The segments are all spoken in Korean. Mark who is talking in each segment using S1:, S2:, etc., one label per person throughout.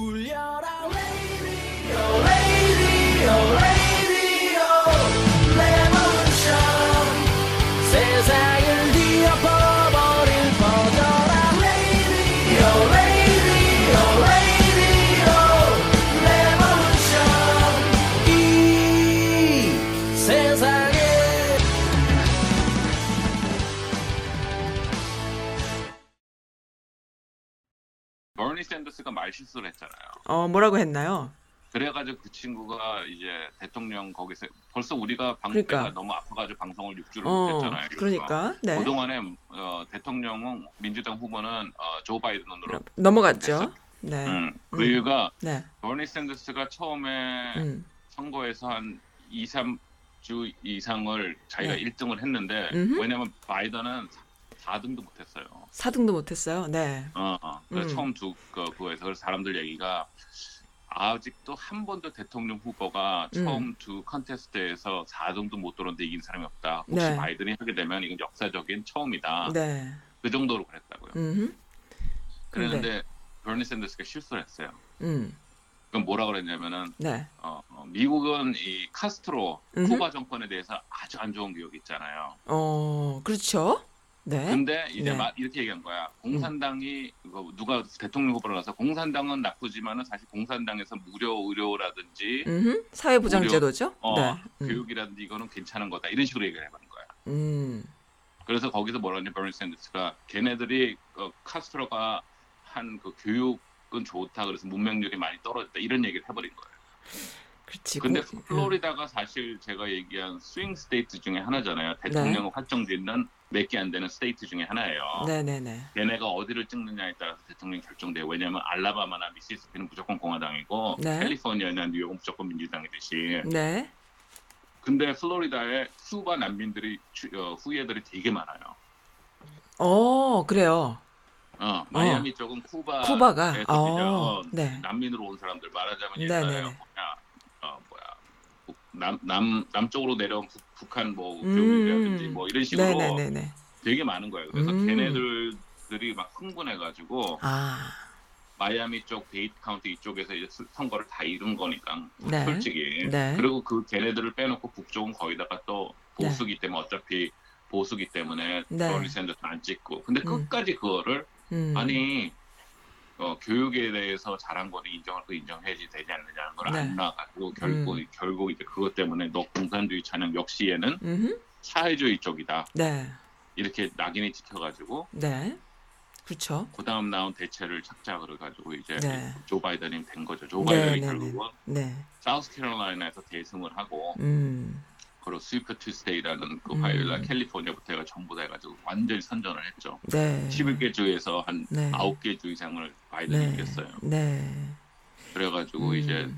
S1: 울려라 lady oh lady oh lady oh revolution 세상을 뒤엎어버린 퍼져라 lady oh lady oh lady oh revolution 이 세상에
S2: 버니 샌더스가 말실수를 했잖아요.
S3: 어, 뭐라고 했나요?
S2: 그래가지고 그 친구가 이제 대통령 거기서 벌써 우리가 방송
S3: 그러니까.
S2: 때가 너무 아파가지고 방송을 육주를
S3: 어,
S2: 못했잖아요. 그래서
S3: 그러니까. 네.
S2: 그동안에 어, 대통령은 민주당 후보는 어, 조 바이든으로
S3: 넘어갔죠. 네.
S2: 음,
S3: 음.
S2: 그 이유가 네.
S3: 네.
S2: 버니 샌더스가 처음에
S3: 음.
S2: 선거에서 한 2, 3주 이상을 자기가
S3: 네.
S2: 1등을 했는데
S3: 음흠.
S2: 왜냐면 바이든은 4등도 못했어요.
S3: 4등도 못 했어요. 네.
S2: 어, 어. 그래서
S3: 음.
S2: 처음 두 그, 그거에서 그래서 사람들 얘기가 아직도 한 번도 대통령 후보가 처음 두 컨테스트에서 4등도 못 들었는데 이긴 사람이 없다. 혹시
S3: 네.
S2: 바이든이 하게 되면 이건 역사적인 처음이다.
S3: 네.
S2: 그 정도로 그랬다고요.
S3: 음. 네.
S2: 그랬는데 버니 샌더스가 실수를 했어요.
S3: 음.
S2: 그건 뭐라 그랬냐면은
S3: 네.
S2: 어, 어, 미국은 이 카스트로
S3: 음흠.
S2: 쿠바 정권에 대해서 아주 안 좋은 기억이 있잖아요.
S3: 어, 그렇죠. 네.
S2: 근데 이제
S3: 네. 음.
S2: 막 이렇게 얘기한 거야. 공산당이 이거 누가 대통령 후보로 나서 공산당은 나쁘지만은 사실 공산당에서 무료 의료라든지
S3: 음. 사회 보장
S2: 무료-
S3: 제도죠?
S2: 어,
S3: 네. 음.
S2: 교육이라든지 이거는 괜찮은 거다 이런 식으로 얘기를 해보는 거야.
S3: 음.
S2: 그래서 거기서 뭐라냐 버니 샌더스가 걔네들이 어, 카스트로가 한 그 교육은 좋다 그래서 문명력이 많이 떨어졌다 이런 얘기를 해버린 거예요.
S3: 그렇지.
S2: 근데
S3: 그-
S2: 플로리다가 사실 제가 얘기한 스윙 스테이트 중에 하나잖아요. 대통령
S3: 네.
S2: 확정되는 몇 개 안 되는 스테이트 중에 하나예요.
S3: 음. 네, 네, 네.
S2: 얘네가 어디를 찍느냐에 따라서 대통령이 결정돼요. 왜냐하면 알라바마나 미시시피는 무조건 공화당이고
S3: 네.
S2: 캘리포니아나 뉴욕은 무조건 민주당이듯이.
S3: 네.
S2: 근데 플로리다에 쿠바 난민들이 추- 어, 후예들이 되게 많아요.
S3: 어, 그래요.
S2: 어, 마이애미 쪽은 쿠바
S3: 쿠바가
S2: 에서
S3: 어.
S2: 그냥
S3: 네.
S2: 난민으로 온 사람들 말하자면
S3: 네,
S2: 옛날에
S3: 네, 네.
S2: 뭐냐 어, 뭐야 북- 남, 남, 남쪽으로 내려온 북, 북한 뭐
S3: 음.
S2: 교육이라든지 뭐 이런 식으로
S3: 네, 네, 네, 네.
S2: 되게 많은 거예요. 그래서
S3: 음.
S2: 걔네들들이 막 흥분해가지고
S3: 아.
S2: 마이애미 쪽 데이트 카운티 이쪽에서 이제 스- 선거를 다 이룬 거니까
S3: 네.
S2: 솔직히
S3: 네.
S2: 그리고 그 걔네들을 빼놓고 북쪽은 거기다가 또
S3: 네.
S2: 보수기 때문에 어차피 보수기 때문에
S3: 네.
S2: 러리 샌더스 안 찍고 근데
S3: 음.
S2: 끝까지 그거를
S3: 음.
S2: 아니 어, 교육에 대해서 잘한 거를 인정할 거 인정해야지 되지 않느냐는 걸 안
S3: 네.
S2: 나가지고 결국
S3: 음.
S2: 결국 이제 그것 때문에 너 공산주의 찬양 역시 얘는
S3: 음.
S2: 사회주의 쪽이다
S3: 네.
S2: 이렇게 낙인이 찍혀가지고
S3: 네. 그렇죠.
S2: 그 다음 나온 대체를 착작을 가지고 이제
S3: 네.
S2: 조 바이든이 된 거죠. 조
S3: 네,
S2: 바이든이
S3: 네,
S2: 결국은
S3: 네.
S2: 사우스캐롤라이나에서 대승을 하고
S3: 음.
S2: 그리고 스위프 투스데이라는 그
S3: 음.
S2: 화요일날 캘리포니아부터 해가 전부 다 해가지고 완전히 선전을 했죠.
S3: 네.
S2: 11개 주에서 한
S3: 네.
S2: 9개 주 이상을 바이든이
S3: 네.
S2: 이겼어요.
S3: 네.
S2: 그래가지고
S3: 음.
S2: 이제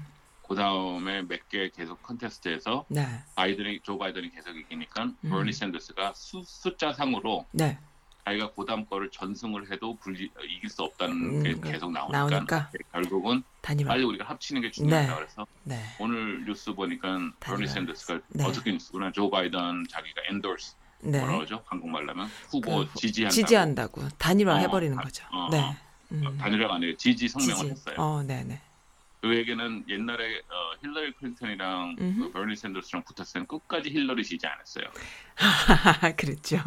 S2: 그 다음에 몇 개 계속 컨테스트에서
S3: 네.
S2: 바이든이 조 바이든이 계속 이기니까
S3: 음.
S2: 버니 샌더스가 수, 숫자상으로
S3: 네.
S2: 자기가 그 다음 거를 전승을 해도 불리, 이길 수 없다는
S3: 음,
S2: 게
S3: 음.
S2: 계속 나오니까, 네,
S3: 나오니까
S2: 결국은
S3: 단일화.
S2: 빨리 우리가 합치는 게 중요하다
S3: 네.
S2: 그래서
S3: 네.
S2: 오늘 뉴스 보니까 버니
S3: 다녀와요.
S2: 샌더스가
S3: 네.
S2: 어저께 뉴스구나 조 바이든 자기가 엔돌스
S3: 네.
S2: 뭐라 그러죠 한국말로 하면 후보
S3: 그
S2: 지지한다
S3: 지지한다고 단일화
S2: 어,
S3: 해버리는
S2: 다-
S3: 거죠.
S2: 어,
S3: 네. 음.
S2: 단일화가 아니라 지지 성명을 했어요
S3: 어, 네, 네.
S2: 그 얘기는 옛날에 어, 힐러리 클린턴이랑
S3: 음흠.
S2: 그 버니 샌더스랑 붙었을 때는 끝까지 힐러리 지지 안 했어요
S3: 아, 그랬죠.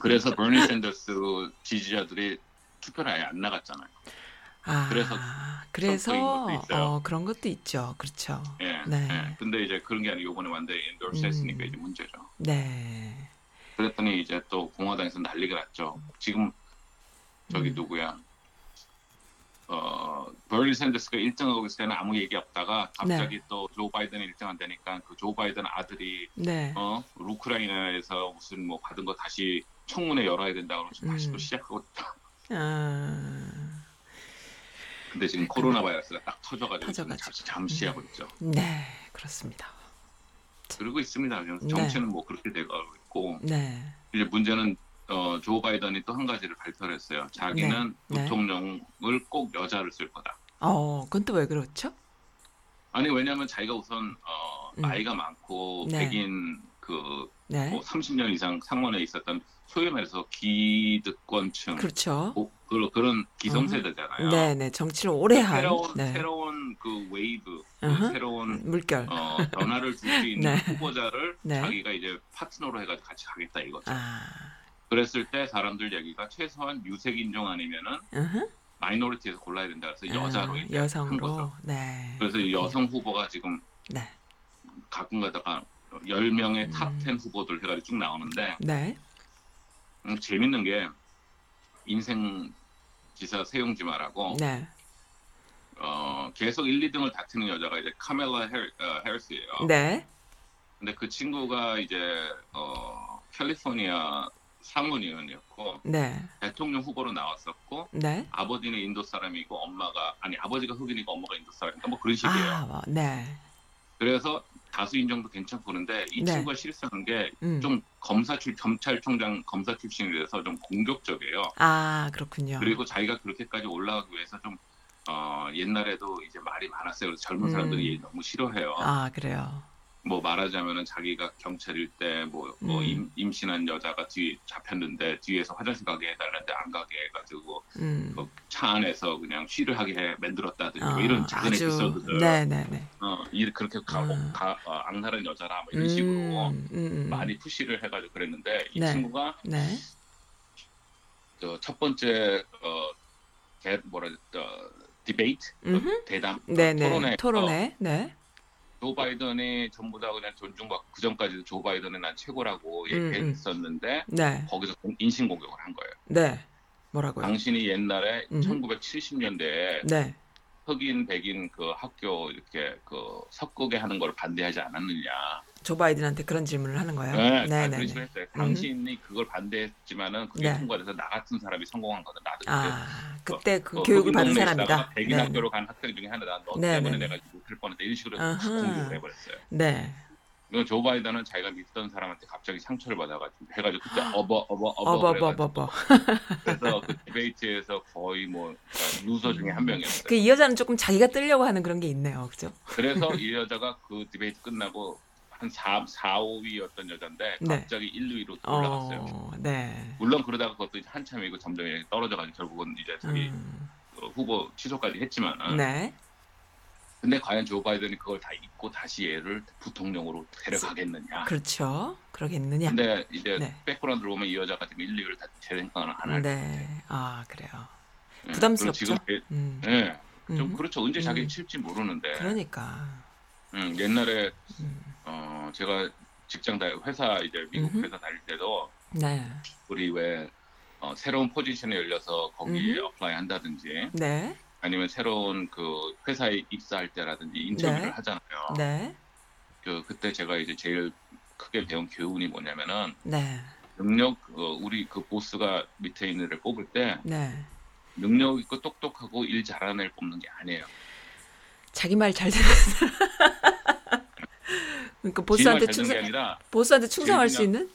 S2: 그래서 버니 샌더스 지지자들이 투표를 아예 안 나갔잖아요
S3: 아,
S2: 그래서 트럼프인 것도
S3: 그래서
S2: 있어요.
S3: 어, 그런 것도 있죠. 그렇죠.
S2: 예,
S3: 네.
S2: 예. 근데 이제 그런 게 아니고 이번에 완전히 엔돌스
S3: 음.
S2: 했으니까 이제 문제죠
S3: 네.
S2: 그랬더니 이제 또 공화당에서 난리가 났죠. 지금 저기
S3: 음.
S2: 누구야? 어, 버니 샌더스가 1등하고 있을 때는 아무 얘기 없다가 갑자기 또 조 바이든이 1등 안 되니까 그 조 바이든 아들이
S3: 네.
S2: 어, 우크라이나에서 무슨 뭐 받은 거 다시 청문회 열어야 된다고 그러면서 다시 또
S3: 음.
S2: 시작하고 딱-
S3: 아,
S2: 근데 지금 코로나 바이러스가 딱 터져가지고 지금
S3: 터져가지고. 음.
S2: 잠시, 잠시 하고 있죠.
S3: 네. 그렇습니다.
S2: 그러고 있습니다. 그래서
S3: 네.
S2: 정치는 뭐 그렇게 돼가고 있고
S3: 네.
S2: 이제 문제는 어, 조 바이든이 또 한 가지를 발표를 했어요. 자기는
S3: 네, 네.
S2: 부통령을 꼭 여자를 쓸 거다.
S3: 어, 그건 또 왜 그렇죠?
S2: 아니 왜냐하면 자기가 우선 어,
S3: 음.
S2: 나이가 많고
S3: 네.
S2: 백인 그
S3: 네.
S2: 뭐 30년 이상 상원에 있었던 소위 말해서 기득권층
S3: 그렇죠.
S2: 뭐 그런 그런 기성세대잖아요.
S3: 네, 네. 정치를 오래 한
S2: 새로운
S3: 네.
S2: 새로운 그 웨이브 그
S3: 아하.
S2: 새로운
S3: 물결.
S2: 어, 변화를 줄 수 있는
S3: 네.
S2: 후보자를
S3: 네.
S2: 자기가 이제 파트너로 해가지고 같이 가겠다 이거죠.
S3: 아.
S2: 그랬을 때 사람들 얘기가 최소한 유색 인종 아니면은
S3: 으흠.
S2: 마이너리티에서 골라야 된다 그래서
S3: Uh-huh. 아,
S2: 여자로 이제 한
S3: 여성으로.
S2: 거죠.
S3: 네.
S2: 그래서 이 여성 후보가 지금
S3: 네.
S2: 가끔 가다가 10명의
S3: 음.
S2: 탑10 후보들 해가지고 쭉 나오는데
S3: 네.
S2: 음, 재밌는 게 인생 기사 세용지 말하고
S3: 네.
S2: 어, 계속 1, 2등을 다투는 여자가 이제 카멜라 헤, 어, 헤리스예요.
S3: 네.
S2: 근데 그 친구가 이제 어, 캘리포니아 사무위원이었고
S3: 네.
S2: 대통령 후보로 나왔었고
S3: 네.
S2: 아버지는 인도 사람이고 엄마가 아니 아버지가 흑인이고 엄마가 인도 사람이니까 뭐 그런 식이에요.
S3: 아, 뭐, 네.
S2: 그래서 다수 인정도 괜찮고 그런데 이
S3: 네.
S2: 친구가 실수한 게 좀
S3: 음.
S2: 검사 출 검찰총장 검사 출신이라서 좀 공격적이에요.
S3: 아, 그렇군요.
S2: 그리고 자기가 그렇게까지 올라가기 위해서 좀 어, 옛날에도 이제 말이 많았어요. 그래서 젊은
S3: 음.
S2: 사람들이 얘 너무 싫어해요.
S3: 아, 그래요.
S2: 뭐 말하자면은 자기가 경찰일 때뭐 뭐
S3: 음.
S2: 임- 임신한 여자가 뒤 잡혔는데 뒤에서 화장실 가게 해달라는데 안 가게 해가지고
S3: 음.
S2: 뭐차 안에서 그냥 쉬를 하게 해 만들었다든지
S3: 아,
S2: 뭐 이런 작은
S3: 아주-
S2: 에피소드들
S3: 네, 네, 네.
S2: 어, 이- 그렇게 가,
S3: 음.
S2: 가, 어, 악랄한 여자라 뭐 이런 식으로
S3: 음, 음, 음.
S2: 많이 푸시를 해가지고 그랬는데 이
S3: 네.
S2: 친구가
S3: 네.
S2: 저첫 번째 어, 대, 뭐라 어, 디베이트
S3: 음흠.
S2: 어, 대담
S3: 네, 네.
S2: 토론회 어.
S3: 토론회. 네.
S2: 조 바이든이 전부 다 그냥 존중받고 그 전까지도 조 바이든은 난 최고라고
S3: 음, 음.
S2: 얘기했었는데
S3: 네.
S2: 거기서 공- 인신공격을 한 거예요.
S3: 네. 뭐라고요?
S2: 당신이 옛날에
S3: 음.
S2: 1970년대에
S3: 네.
S2: 흑인 백인 그 학교 이렇게 그 섞게 하는 걸 반대하지 않았느냐.
S3: 조 바이든한테 그런 질문을 하는 거예요.
S2: 네, 다
S3: 네, 네.
S2: 그런
S3: 네.
S2: 식으로 했어요. 당신이 그걸 반대했지만은 그게
S3: 네.
S2: 통과돼서 나 같은 사람이 성공한 거다. 나도
S3: 아,
S2: 그때
S3: 그때 그
S2: 어,
S3: 교육을
S2: 흑인
S3: 받은
S2: 동네에
S3: 사람이다.
S2: 있다가 백인
S3: 네.
S2: 학교로 간 학생 중에 하나다. 너
S3: 네,
S2: 때문에
S3: 네.
S2: 내가 못할 뻔했다. 이런 식으로 해서
S3: 아하.
S2: 공격을 해버렸어요.
S3: 네.
S2: 이건 조 바이든은 자기가 믿던 사람한테 갑자기 상처를 받아가지고 해가지고 그때 어버 어버 어버 그래가지고
S3: 어버버버버. 뭐,
S2: 그래서 그 디베이트에서 거의 뭐 루저 중에 한 명이었어요.
S3: 그 이 여자는 조금 자기가 뜨려고 하는 그런 게 있네요. 그죠?
S2: 그래서 이 여자가 그 디베이트 끝나고 한 4, 4, 5위였던 여잔데
S3: 네.
S2: 갑자기 1, 2위로 아, 올라갔어요.
S3: 어, 네.
S2: 물론 그러다가 그것도 이제 한참이고 점점 이제 떨어져가지고 결국은 이제 자기 아.
S3: 음,
S2: 어, 후보 취소까지 했지만 은
S3: 네.
S2: 근데 과연 조 바이든이 그걸 다 잊고 다시 얘를 부통령으로 데려가겠느냐.
S3: 그렇죠. 그러겠느냐.
S2: 근데 이제
S3: 네.
S2: 백그라운드로 오면 이 여자가 지금 1, 2위를 다제 생각은 안할
S3: 네. 아, 그래요.
S2: 예,
S3: 부담스럽죠?
S2: 그리고 지금
S3: 음.
S2: 예, 예, 좀
S3: 음.
S2: 그렇죠. 언제 자기
S3: 음.
S2: 칠지 모르는데.
S3: 그러니까.
S2: 음, 옛날에
S3: 음.
S2: 어, 제가 직장 다 회사 이제 미국
S3: 음흠.
S2: 회사 다닐 때도
S3: 네.
S2: 우리 왜 어, 새로운 포지션에 열려서 거기에
S3: 음흠.
S2: 어플라이 한다든지
S3: 네.
S2: 아니면 새로운 그 회사에 입사할 때라든지 인터뷰를
S3: 네.
S2: 하잖아요.
S3: 네.
S2: 그 그때 제가 이제 제일 크게 배운 교훈이 뭐냐면은
S3: 네.
S2: 능력 어, 우리 그 보스가 밑에 있는 애를 뽑을 때
S3: 네.
S2: 능력 있고 똑똑하고 일 잘하는 애를 뽑는 게 아니에요.
S3: 자기 말 잘 듣는 사람. 그러니까
S2: 지만 잘하는
S3: 보스한테
S2: 게
S3: 충성
S2: 아니라
S3: 보스한테 충성할 수
S2: 제일
S3: 있는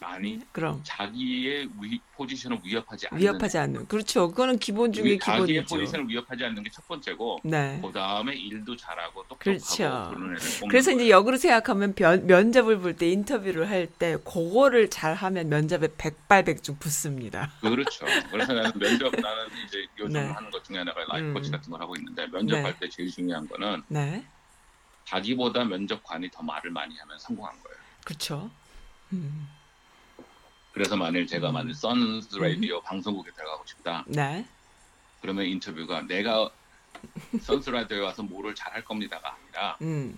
S2: 많이
S3: 그럼
S2: 자기의 위, 포지션을 위협하지 않는
S3: 위협하지 않는 그렇죠. 그거는 기본 중에
S2: 우리 자기의
S3: 기본이죠.
S2: 포지션을 위협하지 않는 게 첫 번째고
S3: 네.
S2: 그 다음에 일도 잘하고 똑똑하고
S3: 그렇죠.
S2: 그런 애를 뽑는
S3: 그래서
S2: 거예요.
S3: 이제 역으로 생각하면 면, 면접을 볼 때 인터뷰를 할 때 그거를 잘하면 면접에 백발백중 붙습니다.
S2: 그렇죠. 그래서 나는 면접 나는 이제 요즘
S3: 네.
S2: 하는 것 중에 하나가 라이프
S3: 음.
S2: 코치 같은 걸 하고 있는데
S3: 네.
S2: 면접할 때 제일 중요한 거는
S3: 네.
S2: 자기보다 면접관이 더 말을 많이 하면 성공한 거예요.
S3: 그렇죠. 음.
S2: 그래서 만일 제가 만일 선스 라디오 방송국에 들어가고 싶다.
S3: 네.
S2: 그러면 인터뷰가 내가 선스 라디오에 와서 뭐를 잘할 겁니다가 아니라
S3: 음.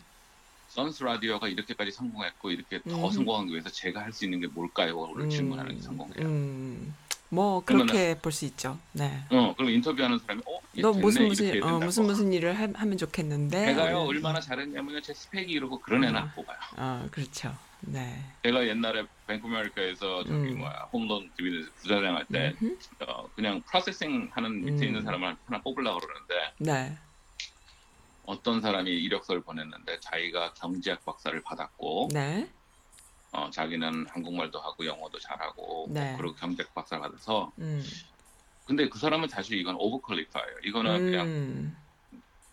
S2: 선스 라디오가 이렇게까지 성공했고 이렇게 더
S3: 음.
S2: 성공하기 위해서 제가 할 수 있는 게 뭘까요?를
S3: 음.
S2: 질문하는 게 성공해요.
S3: 음. 뭐
S2: 그러면-
S3: 그렇게 볼 수 있죠. 네.
S2: 어, 그럼 인터뷰하는 사람이 어, 얘
S3: 너
S2: 됐네,
S3: 무슨
S2: 이렇게
S3: 무슨
S2: 된다고.
S3: 어, 무슨 무슨 일을 하, 하면 좋겠는데.
S2: 제가요
S3: 어,
S2: 얼마나 잘했냐면요 제 스펙이 이러고 그런 애는 안 뽑아요.
S3: 어 그렇죠. 네.
S2: 제가 옛날에 뱅크메리카에서 저기
S3: 음.
S2: 뭐야 홈런 디비전에서 부자장 할때
S3: 음흠.
S2: 어, 그냥 프로세싱 하는 밑에
S3: 음.
S2: 있는 사람을 하나 뽑으려고 그러는데
S3: 네.
S2: 어떤 사람이 이력서를 보냈는데 자기가 경제학 박사를 받았고
S3: 네.
S2: 어, 자기는 한국말도 하고 영어도 잘하고 뭐
S3: 네.
S2: 그리고 경제학 박사를 받아서
S3: 음.
S2: 근데 그 사람은 사실 이건 오버퀄리파예요. 이거는 그냥
S3: 음.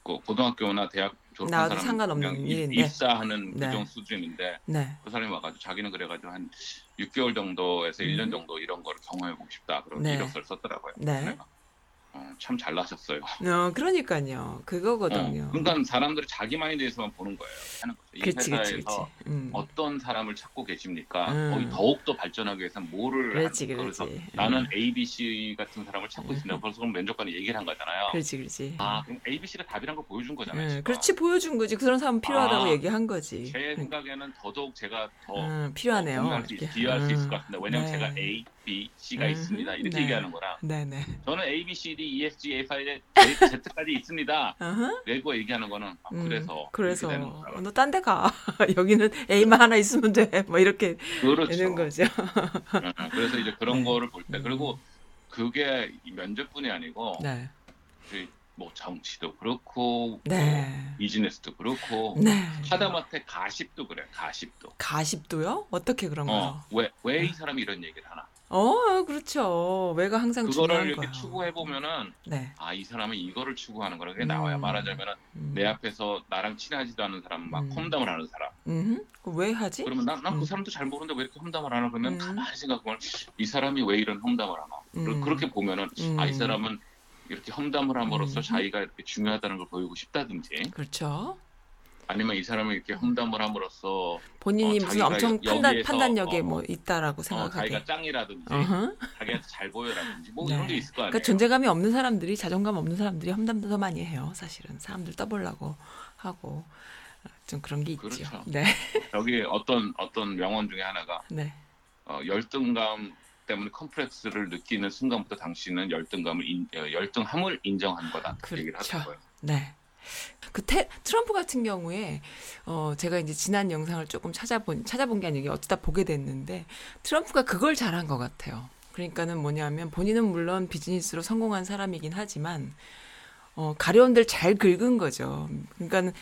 S2: 그 고등학교나 대학 졸업한
S3: 나와도
S2: 사람
S3: 상관없는
S2: 그냥
S3: 일인데.
S2: 입사하는
S3: 네.
S2: 그 정도 수준인데
S3: 네.
S2: 그 사람이 와가지고 자기는 그래가지고 한 6개월 정도에서 1년 정도 이런 거를 경험해보고 싶다 그런
S3: 음. 네.
S2: 이력서를 썼더라고요.
S3: 네.
S2: 그래서, 어, 참 잘나셨어요.
S3: 어, 그러니까요. 그거거든요.
S2: 어, 그러니까 사람들이 자기만에 대해서만 보는 거예요. 하는 거죠. 이
S3: 그치,
S2: 회사에서
S3: 그치, 그치. 음.
S2: 어떤 사람을 찾고 계십니까?
S3: 음.
S2: 거기 더욱더 발전하기 위해서는 뭐를
S3: 그렇지,
S2: 하는- 그래서
S3: 그렇지.
S2: 나는
S3: 음.
S2: A, B, C 같은 사람을 찾고 있습니다. 벌써 그럼 면접관이 얘기를 한 거잖아요.
S3: 그렇지, 그렇지.
S2: 아 그럼 A, B, C가 답이란 걸 보여준 거잖아요.
S3: 음,
S2: 지금.
S3: 그렇지, 보여준 거지. 그런 사람 필요하다고
S2: 아,
S3: 얘기한 거지.
S2: 제 생각에는 더더욱 제가 더
S3: 음, 필요하네요.
S2: 뭐 공유할 수,
S3: 이렇게.
S2: 있- 기여할 수 있을 것
S3: 음,
S2: 같은데 왜냐면
S3: 네.
S2: 제가 A, B, C가
S3: 음,
S2: 있습니다. 이렇게
S3: 네.
S2: 얘기하는 거랑
S3: 네네.
S2: 저는 A, B, C, D, E, F, G, F, I, Z까지 있습니다.
S3: 어허.
S2: 레고 얘기하는 거는 아,
S3: 음,
S2: 그래서
S3: 그래서 음,
S2: 이렇게 되는 거다.
S3: 너 딴 데 가. 여기는 A만 하나 있으면 돼. 뭐 이렇게 되는
S2: 그렇죠.
S3: 거죠.
S2: 음, 그래서 이제 그런
S3: 네.
S2: 거를 볼 때
S3: 음.
S2: 그리고 그게 이 면접뿐이 아니고
S3: 네.
S2: 그뭐 정치도 그렇고 뭐
S3: 네.
S2: 비즈니스도 그렇고
S3: 네.
S2: 하다못해 가십도 그래 가십도 어,
S3: 가십도요? 어떻게 그런가요?
S2: 어왜 왜
S3: 네.
S2: 이 사람이 이런 얘기를 하나
S3: 어, 그렇죠. 왜가 항상
S2: 그거를
S3: 중요한
S2: 이렇게
S3: 거야.
S2: 추구해 보면은
S3: 네.
S2: 아 이 사람은 이거를 추구하는 거라 그게
S3: 음.
S2: 나와야 말하자면은
S3: 음.
S2: 내 앞에서 나랑 친하지도 않은 사람 막
S3: 음.
S2: 험담을 하는 사람
S3: 음. 왜 하지?
S2: 그러면 난 난 그
S3: 음.
S2: 사람도 잘 모르는데 왜 이렇게 험담을 하나 그러면
S3: 음.
S2: 가만히 생각하면 이 사람이 왜 이런 험담을 하나 그러-
S3: 음.
S2: 그렇게 보면은 아 이
S3: 음.
S2: 사람은 이렇게 험담을 함으로써
S3: 음.
S2: 자기가 이렇게 중요하다는 걸 보이고 싶다든지
S3: 그렇죠.
S2: 아니면 이 사람이 이렇게
S3: 음.
S2: 험담을 함으로써
S3: 본인이
S2: 어,
S3: 무슨
S2: 자기가
S3: 엄청
S2: 여-
S3: 판단
S2: 여기에서,
S3: 판단력에
S2: 어,
S3: 뭐 있다라고
S2: 어,
S3: 생각하게.
S2: 자기가 짱이라든지
S3: 어허.
S2: 자기한테 잘 보여라든지 뭐
S3: 네.
S2: 이런 게 있을 거 아니에요.
S3: 그러니까 존재감이 없는 사람들이 자존감 없는 사람들이 험담도 더 많이 해요. 사실은 사람들 떠보려고 하고 좀 그런 게 있죠.
S2: 그렇죠.
S3: 네,
S2: 여기 어떤 어떤 명언 중에 하나가
S3: 네.
S2: 어, 열등감 때문에 컴플렉스를 느끼는 순간부터 당신은 열등감을 인, 어, 열등함을 인정한 거다 그
S3: 그렇죠.
S2: 얘기를 하는 거예요.
S3: 네. 그 테, 트럼프 같은 경우에 어 제가 이제 지난 영상을 조금 찾아본 찾아본 게 아니고 어쩌다 보게 됐는데 트럼프가 그걸 잘한 것 같아요. 그러니까는 뭐냐면 본인은 물론 비즈니스로 성공한 사람이긴 하지만 어 가려운 데를 잘 긁은 거죠. 그러니까는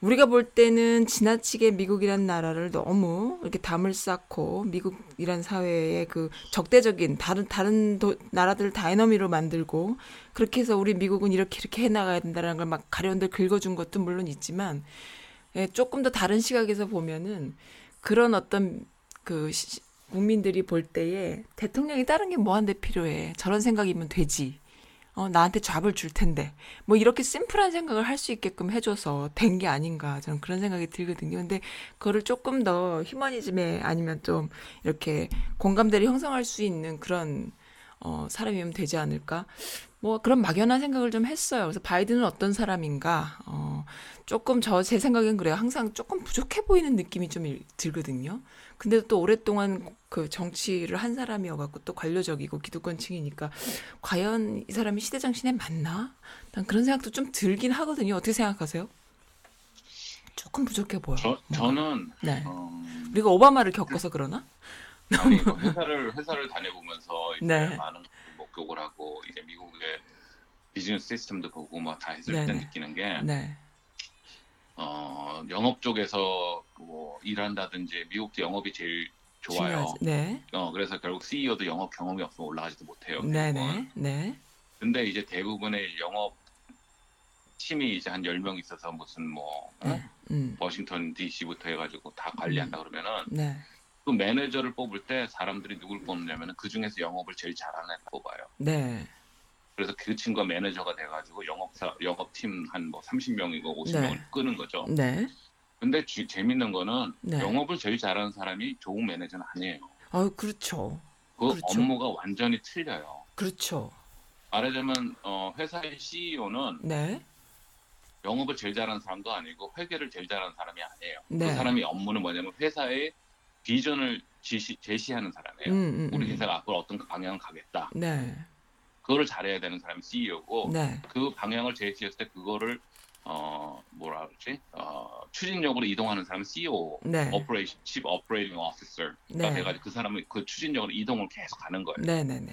S3: 우리가 볼 때는 지나치게 미국이란 나라를 너무 이렇게 담을 쌓고 미국이란 사회의 그 적대적인 다른 다른 도- 나라들을 다이너미로 만들고 그렇게 해서 우리 미국은 이렇게 이렇게 해 나가야 된다라는 걸 막 가려운데 긁어준 것도 물론 있지만 예, 조금 더 다른 시각에서 보면은 그런 어떤 그 시- 국민들이 볼 때에 대통령이 다른 게 뭐한데 필요해 저런 생각이면 되지 어 나한테 잡을 줄 텐데 뭐 이렇게 심플한 생각을 할 수 있게끔 해줘서 된 게 아닌가 저는 그런 생각이 들거든요 근데 그거를 조금 더 휴머니즘에 아니면 좀 이렇게 공감대를 형성할 수 있는 그런 어 사람이면 되지 않을까 뭐 그런 막연한 생각을 좀 했어요. 그래서 바이든은 어떤 사람인가? 어, 조금 저 제 생각엔 그래요. 항상 조금 부족해 보이는 느낌이 좀 일- 들거든요. 근데 또 오랫동안 그 정치를 한 사람이어갖고 또 관료적이고 기득권층이니까 과연 이 사람이 시대정신에 맞나? 난 그런 생각도 좀 들긴 하거든요. 어떻게 생각하세요? 조금 부족해 보여.
S2: 저 저는
S3: 네.
S2: 어,
S3: 우리가 오바마를 겪어서 그러나?
S2: 아니 뭐 회사를 회사를 다녀보면서 이제
S3: 네.
S2: 많은 걸 목격을 하고 이제 미국의 비즈니스 시스템도 보고 막 다 했을
S3: 네,
S2: 때
S3: 네.
S2: 느끼는 게
S3: 네.
S2: 어, 영업 쪽에서 뭐 일한다든지 미국도 영업이 제일 좋아요.
S3: 중요하지. 네.
S2: 어, 그래서 결국 CEO도 영업 경험이 없으면 올라가지도 못해요.
S3: 네,
S2: 대부분.
S3: 네. 네.
S2: 근데 이제 대부분의 영업 팀이 이제 한 10명 있어서 무슨 뭐 어?
S3: 네. 음.
S2: 워싱턴 DC부터 해가지고 다 관리한다 그러면은
S3: 네.
S2: 그 매니저를 뽑을 때 사람들이 누굴 뽑냐면은 그 중에서 영업을 제일 잘하는 애 뽑아요.
S3: 네.
S2: 그래서 그 친구가 매니저가 돼가지고 영업사 영업팀 한 뭐 30명이고
S3: 네.
S2: 50명을 끄는 거죠.
S3: 네.
S2: 근데 주- 재밌는 거는
S3: 네.
S2: 영업을 제일 잘하는 사람이 좋은 매니저는 아니에요.
S3: 아유, 그렇죠.
S2: 그
S3: 그렇죠.
S2: 업무가 완전히 틀려요.
S3: 그렇죠.
S2: 말하자면 어, 회사의 CEO는
S3: 네.
S2: 영업을 제일 잘하는 사람도 아니고 회계를 제일 잘하는 사람이 아니에요.
S3: 네.
S2: 그 사람이 업무는 뭐냐면 회사의 비전을 지시, 제시하는
S3: 음,
S2: 사람이에요.
S3: 음,
S2: 우리
S3: 음.
S2: 회사가 앞으로 어떤 방향을 가겠다.
S3: 네.
S2: 그거를 잘해야 되는 사람이 E CEO고
S3: 네.
S2: 그 방향을 제시했을 때 그거를 어 뭐라 그러지 어, 추진력으로 이동하는 사람은 CEO,
S3: 네.
S2: Operation Chief Operating Officer가
S3: 네.
S2: 돼가지고 그 사람이 그 추진력으로 이동을 계속 가는 거예요.
S3: 네, 네, 네.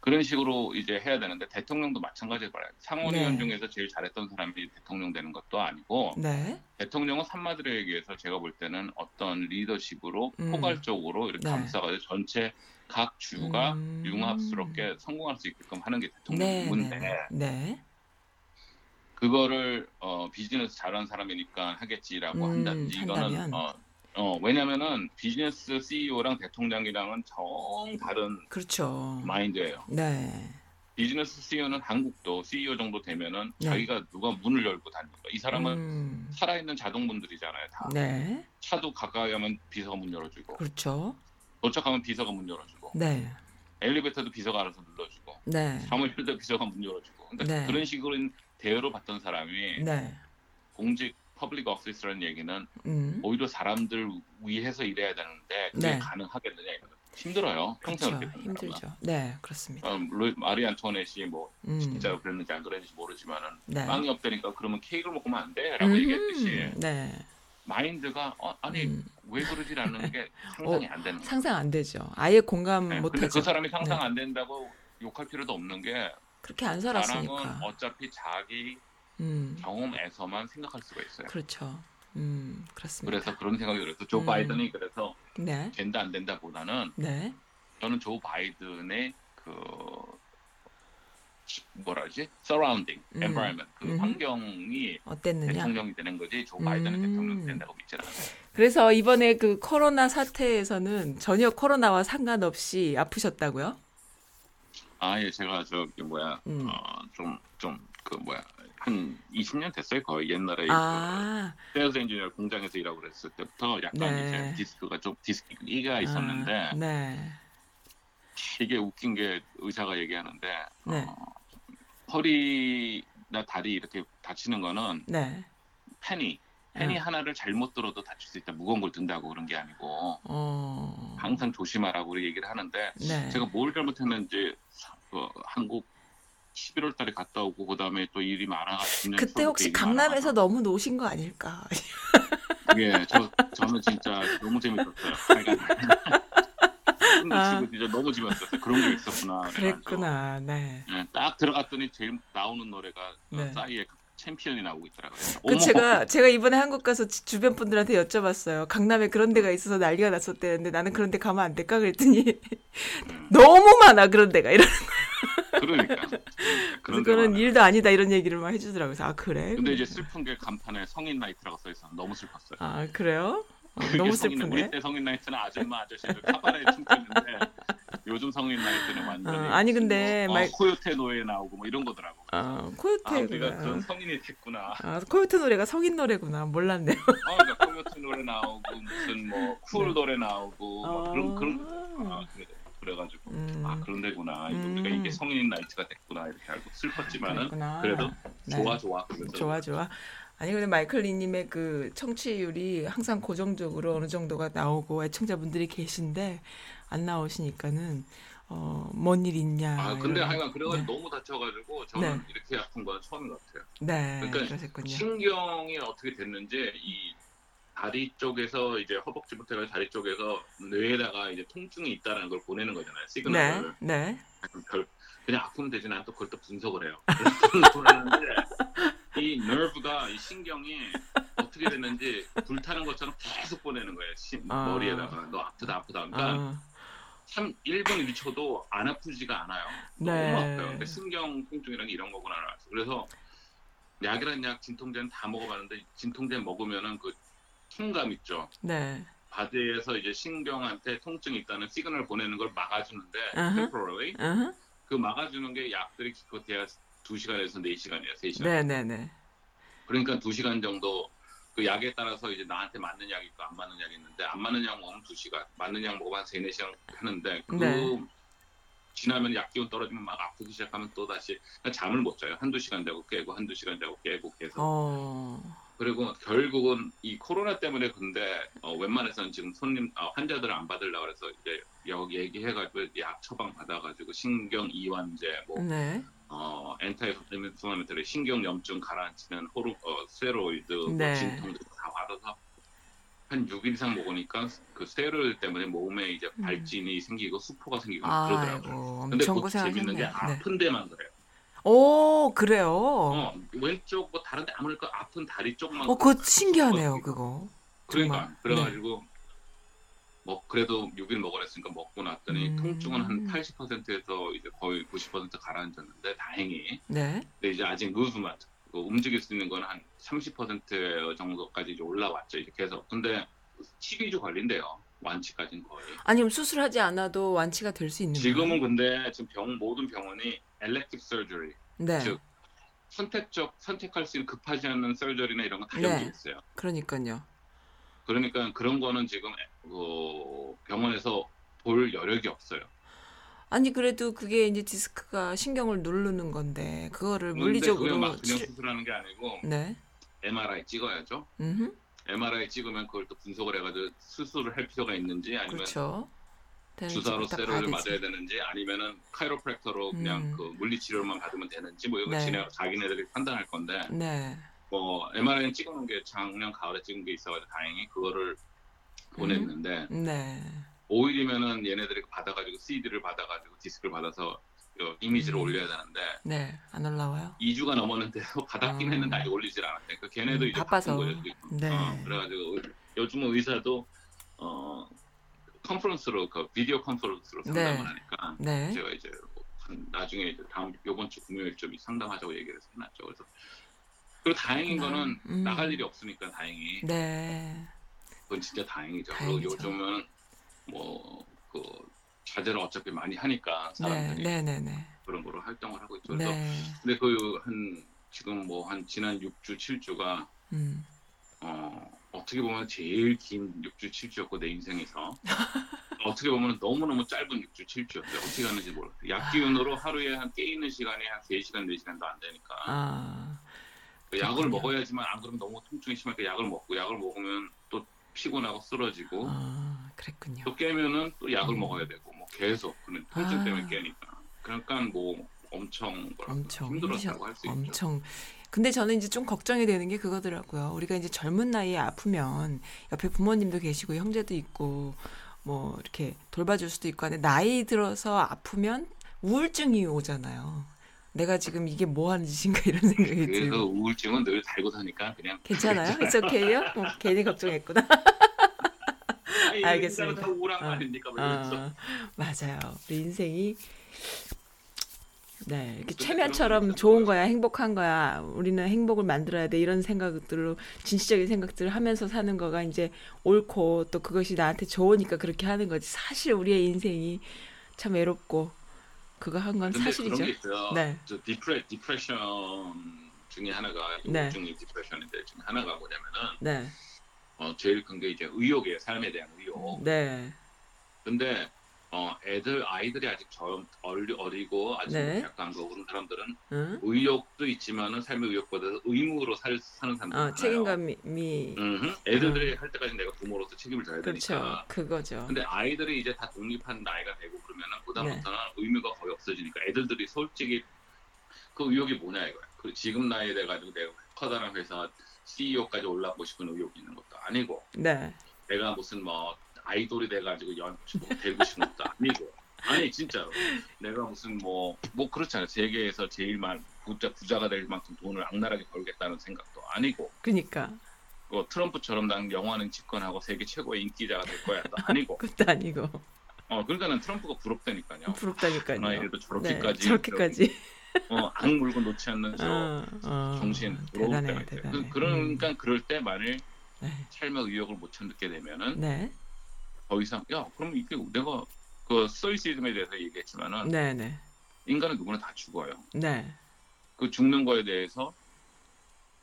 S2: 그런 식으로 이제 해야 되는데 대통령도 마찬가지일 거예요. 상원의원
S3: 네.
S2: 중에서 제일 잘했던 사람이 대통령 되는 것도 아니고
S3: 네.
S2: 대통령은 산마들에 의해서 제가 볼 때는 어떤 리더십으로
S3: 음.
S2: 포괄적으로 이렇게
S3: 네.
S2: 감싸가지고 전체 각 주가
S3: 음.
S2: 융합스럽게 성공할 수 있게끔 하는 게
S3: 네,
S2: 대통령인데
S3: 네. 네.
S2: 그거를 어, 비즈니스 잘하는 사람이니까 하겠지라고
S3: 음,
S2: 한다든지
S3: 한다면.
S2: 이거는 어, 어, 왜냐면은 비즈니스 CEO랑 대통령이랑은 정 다른
S3: 그렇죠.
S2: 마인드예요.
S3: 네.
S2: 비즈니스 CEO는 한국도 CEO 정도 되면은
S3: 네.
S2: 자기가 누가 문을 열고 다니까 이 사람은
S3: 음,
S2: 살아있는 자동문들이잖아요. 다
S3: 네.
S2: 차도 가까이 가면 비서가 문 열어주고
S3: 그렇죠.
S2: 도착하면 비서가 문 열어주고
S3: 네.
S2: 엘리베이터도 비서가 알아서 눌러주고
S3: 네.
S2: 사무실도 비서가 문 열어주고 근데
S3: 네.
S2: 그런 식으로 대우를 받던 사람이
S3: 네.
S2: 공직 퍼블릭 어피스라는 얘기는
S3: 음.
S2: 오히려 사람들 위해서 일해야 되는데 그게
S3: 네.
S2: 가능하겠느냐 이거죠. 힘들어요. 평생
S3: 그렇죠.
S2: 그렇게 보는 사람은.
S3: 힘들죠. 네, 그렇습니다.
S2: 어, 루- 마리 안토네시 뭐
S3: 음.
S2: 진짜로 그랬는지 안 그랬는지 모르지만은
S3: 네.
S2: 빵이 없다니까 그러면 케이크를 먹으면 안 돼라고 얘기했듯이
S3: 음, 네.
S2: 마인드가 어, 아니
S3: 음. 어,
S2: 왜 그러지라는 게 상상이 안 되는 거예요.
S3: 상상 안 되죠. 아예 공감
S2: 네,
S3: 못
S2: 근데
S3: 하죠.
S2: 그 사람이 상상 안 된다고 욕할 필요도 없는 게
S3: 그렇게 안 살았으니까.
S2: 사람은 어차피 자기
S3: 음.
S2: 경험에서만 생각할 수가 있어요.
S3: 그렇죠. 음, 그렇습니다.
S2: 그래서 그런 생각이 들었어. 조
S3: 음.
S2: 바이든이 그래서
S3: 네.
S2: 된다 안 된다보다는
S3: 네.
S2: 저는 조 바이든의 그 뭐라지 서라운딩,
S3: 음.
S2: environment 그
S3: 음.
S2: 환경이
S3: 어땠느냐?
S2: 대통령이 되는 거지 조 바이든은
S3: 음.
S2: 대통령이 된다고 믿지 않아요.
S3: 그래서 이번에 그 코로나 사태에서는 전혀 코로나와 상관없이 아프셨다고요?
S2: 아, 예, 제가 저기 뭐야,
S3: 음.
S2: 어, 좀, 좀, 그 뭐야, 한 20년 됐어요, 거의. 옛날에
S3: 아,
S2: 그 세어스 엔지니어 공장에서 일하고 그랬을 때부터 약간
S3: 네.
S2: 이제 디스크가 좀 디스크가 있었는데,
S3: 아, 네.
S2: 이게 웃긴 게 의사가 얘기하는데,
S3: 네.
S2: 어, 허리나 다리 이렇게 다치는 거는
S3: 네.
S2: 펜이, 펜이
S3: 음.
S2: 하나를 잘못 들어도 다칠 수 있다. 무거운 걸 든다고 그런 게 아니고,
S3: 어.
S2: 항상 조심하라고 얘기를 하는데,
S3: 네.
S2: 제가 뭘 잘못했는지 그 한국 11월 달에 갔다 오고 그다음에 또 일이 많아가지고
S3: 그때 혹시 강남에서 너무 노신 거 아닐까?
S2: 예, 저 저는 진짜 너무 재밌었어요. 그러니까 근데
S3: 아.
S2: 지금 진짜 너무 재밌었어요. 그런 게 있었구나.
S3: 그랬구나. 네.
S2: 그래가지고, 예, 딱 들어갔더니 제일 나오는 노래가
S3: 네.
S2: 어, 싸이의 챔피언이 나오고 있더라고요.
S3: 그
S2: 어머,
S3: 제가 제가 이번에 한국 가서 지- 주변 분들한테 여쭤봤어요. 강남에 그런 데가 있어서 난리가 났었대는데 나는 그런 데 가면 안 될까 그랬더니
S2: 음.
S3: 너무 많아 그런 데가 이런
S2: 그러니까 그런
S3: 그래서
S2: 데가
S3: 그거는
S2: 많아요.
S3: 일도 아니다 이런 얘기를 막 해주더라고요. 그래서 아 그래?
S2: 근데 이제 슬픈 게 간판에 성인 나이트라고 써 있어서 너무 슬펐어요.
S3: 아 그래요? 어,
S2: 그게
S3: 너무
S2: 성인-
S3: 슬프네.
S2: 우리 때 성인 나이트는 아줌마 아저씨들 카바레 춤췄는데 요즘 성인 나이트는 완전히
S3: 어, 아니, 근데
S2: 뭐,
S3: 말-
S2: 어, 코요테 노예 나오고 뭐 이런 거더라고.
S3: 아
S2: 아 우리가
S3: 코요테구나.
S2: 좀 성인이 됐구나.
S3: 아 코요테 노래가 성인 노래구나. 몰랐네요.
S2: 어, 그러니까 코요테 노래 나오고 무슨 뭐
S3: 네.
S2: 쿨 노래 나오고 막 그런 그런 아, 그래, 그래가지고
S3: 음.
S2: 아 그런 데구나. 이거
S3: 음.
S2: 우리가 이게 성인 나이트가 됐구나 이렇게 알고 슬펐지만은
S3: 그랬구나.
S2: 그래도
S3: 네.
S2: 좋아 좋아. 그래서
S3: 좋아 좋아. 아니 근데 마이클 리님의 그 청취율이 항상 고정적으로 어느 정도가 나오고 애청자분들이 계신데 안 나오시니까는 어뭔 일 있냐.
S2: 아 근데
S3: 이런.
S2: 하여간 그래가지고
S3: 네.
S2: 너무 다쳐가지고 저는 이렇게 아픈 건 처음인 것 같아요.
S3: 네
S2: 그러니까
S3: 그러셨군요.
S2: 신경이 어떻게 됐는지 이 다리 쪽에서 이제 허벅지부터 해서 다리 쪽에서 뇌에다가 이제 통증이 있다는 걸 보내는 거잖아요.
S3: 네
S2: 시그널을
S3: 네.
S2: 별- 그냥 아프면 되지 않고 그걸 또 분석을 해요. 그래서 분석을 하는데 이 너브가 이 신경이 어떻게 됐는지 불타는 것처럼 계속 보내는 거예요. 신-
S3: 아.
S2: 머리에다가 너 아프다 아프다. 그러니까
S3: 어,
S2: 참 1분 1초도 안 아프지가 않아요.
S3: 네.
S2: 너무 아파요. 근데 뭐 신경 통증이라는 게 이런 거구나. 알았어요. 그래서 약이란 약 진통제는 다 먹어봤는데 진통제 먹으면은 그 통감 있죠.
S3: 네.
S2: 바디에서 이제 신경한테 통증이 있다는 시그널 보내는 걸 막아주는데
S3: 아하.
S2: temporarily
S3: 어허.
S2: 그 막아주는 게 약들이 기껏해야 2시간에서 4시간이에요. 3시간.
S3: 네, 네, 네.
S2: 그러니까 2시간 정도 그 약에 따라서 이제 나한테 맞는 약이 있고 안 맞는 약이 있는데 안 맞는 약 먹으면 2시간, 맞는 약 먹으면 한 3, 4시간 하는데 그
S3: 네.
S2: 지나면 약 기운 떨어지면 막 아프기 시작하면 또 다시 그러니까 잠을 못 자요. 한두 시간 자고 깨고 한두 시간 자고 깨고 계속.
S3: 어.
S2: 그리고 결국은 이 코로나 때문에 근데 어, 웬만해서는 지금 손님 어, 환자들을 안 받으려고 그래서 이제 여기 얘기해가지고 약 처방 받아가지고 신경 이완제 뭐
S3: 네.
S2: 어, 엔타이프라미터리 신경염증 가라앉히는 호르 어, 스테로이드
S3: 네.
S2: 뭐 진통제 다 받아서 한 6일 이상 먹으니까 그 스테로이드 때문에 몸에 이제
S3: 음.
S2: 발진이 생기고 수포가 생기고 그러더라고요.
S3: 아이고
S2: 근데
S3: 엄청
S2: 그것도 재밌는 게
S3: 고생하셨네요. 네.
S2: 아픈 데만 그래요.
S3: 오 그래요.
S2: 어, 왼쪽 뭐 다른 데 아무래도 아픈 다리 쪽만
S3: 어 그거 신기하네요
S2: 그거.
S3: 그거.
S2: 그러니까
S3: 정말. 네.
S2: 그래가지고 뭐 그래도 6일 먹으랬으니까 먹고 났더니
S3: 음.
S2: 통증은 한 80%에서 이제 거의 90% 가라앉았는데 다행히
S3: 네.
S2: 근데 이제 아직 무브먼트 그 움직일 수 있는 건 한 30% 정도까지 이제 올라왔죠. 이제 계속. 근데 12주 걸린대요. 완치까지는 거의.
S3: 아니면 수술하지 않아도 완치가 될 수 있는
S2: 지금은
S3: 거예요?
S2: 근데 지금 병 모든 병원이 elective surgery
S3: 네.
S2: 즉 선택적 선택할 수 있는 급하지 않은 썰절이나 이런 거다 연기
S3: 네.
S2: 있어요.
S3: 그러니까요.
S2: 그러니까 그런 거는 지금 어, 병원에서 볼 여력이 없어요.
S3: 아니 그래도 그게 이제 디스크가 신경을 누르는 건데 그거를
S2: 근데 그걸
S3: 물리적으로
S2: 막 그냥
S3: 치료-
S2: 수술하는 게 아니고
S3: 네.
S2: MRI 찍어야죠.
S3: 음.
S2: MRI 찍으면 그걸 또 분석을 해가지고 수술을 할 필요가 있는지 아니면
S3: 그렇죠. 되는지
S2: 주사로
S3: 딱
S2: 세로를
S3: 봐야 되지.
S2: 맞아야 되는지 아니면은 카이로프랙터로 그냥
S3: 음.
S2: 그 물리치료만 받으면 되는지 뭐 이거
S3: 네.
S2: 진행 자기네들이 판단할 건데
S3: 네.
S2: 뭐 MRI 찍어놓은 게 작년 가을에 찍은 게 있어가지고 다행히 그거를 보냈는데
S3: 네.
S2: 5일이면은 얘네들이 받아가지고 CD를 받아가지고 디스크를 받아서 어, 이미지를
S3: 음.
S2: 올려야 되는데
S3: 네. 안 올라와요?
S2: 2주가 넘었는데도 받았긴
S3: 음.
S2: 했는데 아직 올리질 않았대. 그 걔네도
S3: 음,
S2: 이제
S3: 바빠서.
S2: 바쁜 거죠, 지금.
S3: 네.
S2: 어, 그래가지고 의- 요즘은 의사도 어 컨퍼런스로 그 비디오 컨퍼런스로 상담을
S3: 네.
S2: 하니까
S3: 네.
S2: 제가 이제 한- 나중에 이제 다음 요번 주 금요일쯤 상담하자고 얘기를 해서 해놨죠. 그래서 그리고 다행인 거는
S3: 음.
S2: 나갈 일이 없으니까 다행히
S3: 네.
S2: 그건 진짜 다행이죠.
S3: 다행이죠.
S2: 그리고 요즘은 뭐 그 자제를 어차피 많이 하니까
S3: 네.
S2: 사람들이
S3: 네, 네, 네.
S2: 그런 거로 활동을 하고 있죠. 그래서
S3: 네.
S2: 근데 그 한 지금 뭐 한 지난 6주 7주가
S3: 음.
S2: 어 어떻게 보면 제일 긴 6주 7주였고 내 인생에서 어떻게 보면 너무너무 짧은 6주 7주였어요. 어떻게 가는지 몰라. 약 기운으로 하루에 한 깨있는 시간이 한 3시간 4시간도 안 되니까
S3: 아.
S2: 그 약을
S3: 그렇군요.
S2: 먹어야지만 안 그러면 너무 통증이 심하니까 약을 먹고 약을 먹으면 또 피곤하고 쓰러지고
S3: 아, 그랬군요.
S2: 또 깨면은 또 약을
S3: 음.
S2: 먹어야 되고 뭐 계속 그런 통증
S3: 아.
S2: 때문에 깨니까 그러니까 뭐 엄청 뭐랄까
S3: 엄청
S2: 힘들었다고 할 수
S3: 힘드셨-
S2: 있죠.
S3: 엄청 근데 저는 이제 좀 걱정이 되는 게 그거더라고요. 우리가 이제 젊은 나이에 아프면 옆에 부모님도 계시고 형제도 있고 뭐 이렇게 돌봐줄 수도 있고 하는데 나이 들어서 아프면 우울증이 오잖아요. 내가 지금 이게 뭐 하는 짓인가 이런 생각이
S2: 그래서
S3: 들고
S2: 우울증은 늘 달고 사니까 그냥
S3: 괜찮아요? It's okay요? 어, 괜히 걱정했구나.
S2: 아이,
S3: 알겠습니다.
S2: 인간은 다 우울한 거
S3: 어.
S2: 아닙니까? 뭐 이러면서.
S3: 어, 맞아요. 우리 인생이 네 이렇게
S2: 그래서
S3: 최면처럼
S2: 그런
S3: 좋은
S2: 거죠.
S3: 거야, 행복한 거야. 우리는 행복을 만들어야 돼 이런 생각들로 진취적인 생각들을 하면서 사는 거가 이제 옳고 또 그것이 나한테 좋으니까 그렇게 하는 거지. 사실 우리의 인생이 참 외롭고 그거 한 건
S2: 근데
S3: 사실이죠.
S2: 그런 게 있어요.
S3: 네.
S2: 저 디프레 디프레션 중에 하나가
S3: 네.
S2: 우울증이 디프레션인데 중에 하나가 뭐냐면은
S3: 네,
S2: 어, 제일 큰 게 이제 의욕이에요. 삶에 대한 의욕.
S3: 네,
S2: 근데 어, 애들 아이들이 아직 젊 어리, 어리고 아직
S3: 네.
S2: 약간 거 그런 사람들은
S3: 응,
S2: 의욕도 있지만은 삶의 의욕보다 의무로 살, 사는 사람들
S3: 어,
S2: 많아요.
S3: 책임감이
S2: 음, 애들들이 할 때까지 내가 부모로서 책임을 져야
S3: 그렇죠,
S2: 되니까.
S3: 그거죠.
S2: 근데 아이들이 이제 다 독립한 나이가 되고 그러면은 그다음부터는 의미가 거의 없어지니까 애들들이 솔직히 그 의욕이 뭐냐 이거야. 그 지금 나이에 돼가지고 내가 커다란 회사 CEO까지 올라가고 싶은 의욕이 있는 것도 아니고
S3: 네,
S2: 내가 무슨 뭐 아이돌이 돼가지고 연 뭐 되고 싶은 것도 아니고 아니 진짜로 내가 무슨 뭐 뭐 그렇잖아 세계에서 제일 만 부자 부자가 될 만큼 돈을 악랄하게 벌겠다는 생각도 아니고
S3: 그러니까
S2: 뭐 트럼프처럼 난 영화는 집권하고 세계 최고의 인기자가 될 거야도 아니고
S3: 그것도 아니고
S2: 어 그러니까는 트럼프가 부럽다니까요.
S3: 부럽다니까요.
S2: 아,
S3: 네,
S2: 나이래도 저렇게까지
S3: 저렇게까지.
S2: 어, 악 물고 놓지 않는 저
S3: 어, 음. 어.
S2: 정신 부러울 때가
S3: 대단해,
S2: 있대요. 그,
S3: 대단해.
S2: 그러니까 그럴 때 만일
S3: 음.
S2: 삶의 의욕을 못 참게 되면은
S3: 네,
S2: 더 이상 야 그럼 이게 내가 그 소이시즘에 대해서 얘기했지만은
S3: 네, 네,
S2: 인간은 누구나 다 죽어요.
S3: 네.
S2: 그 죽는 거에 대해서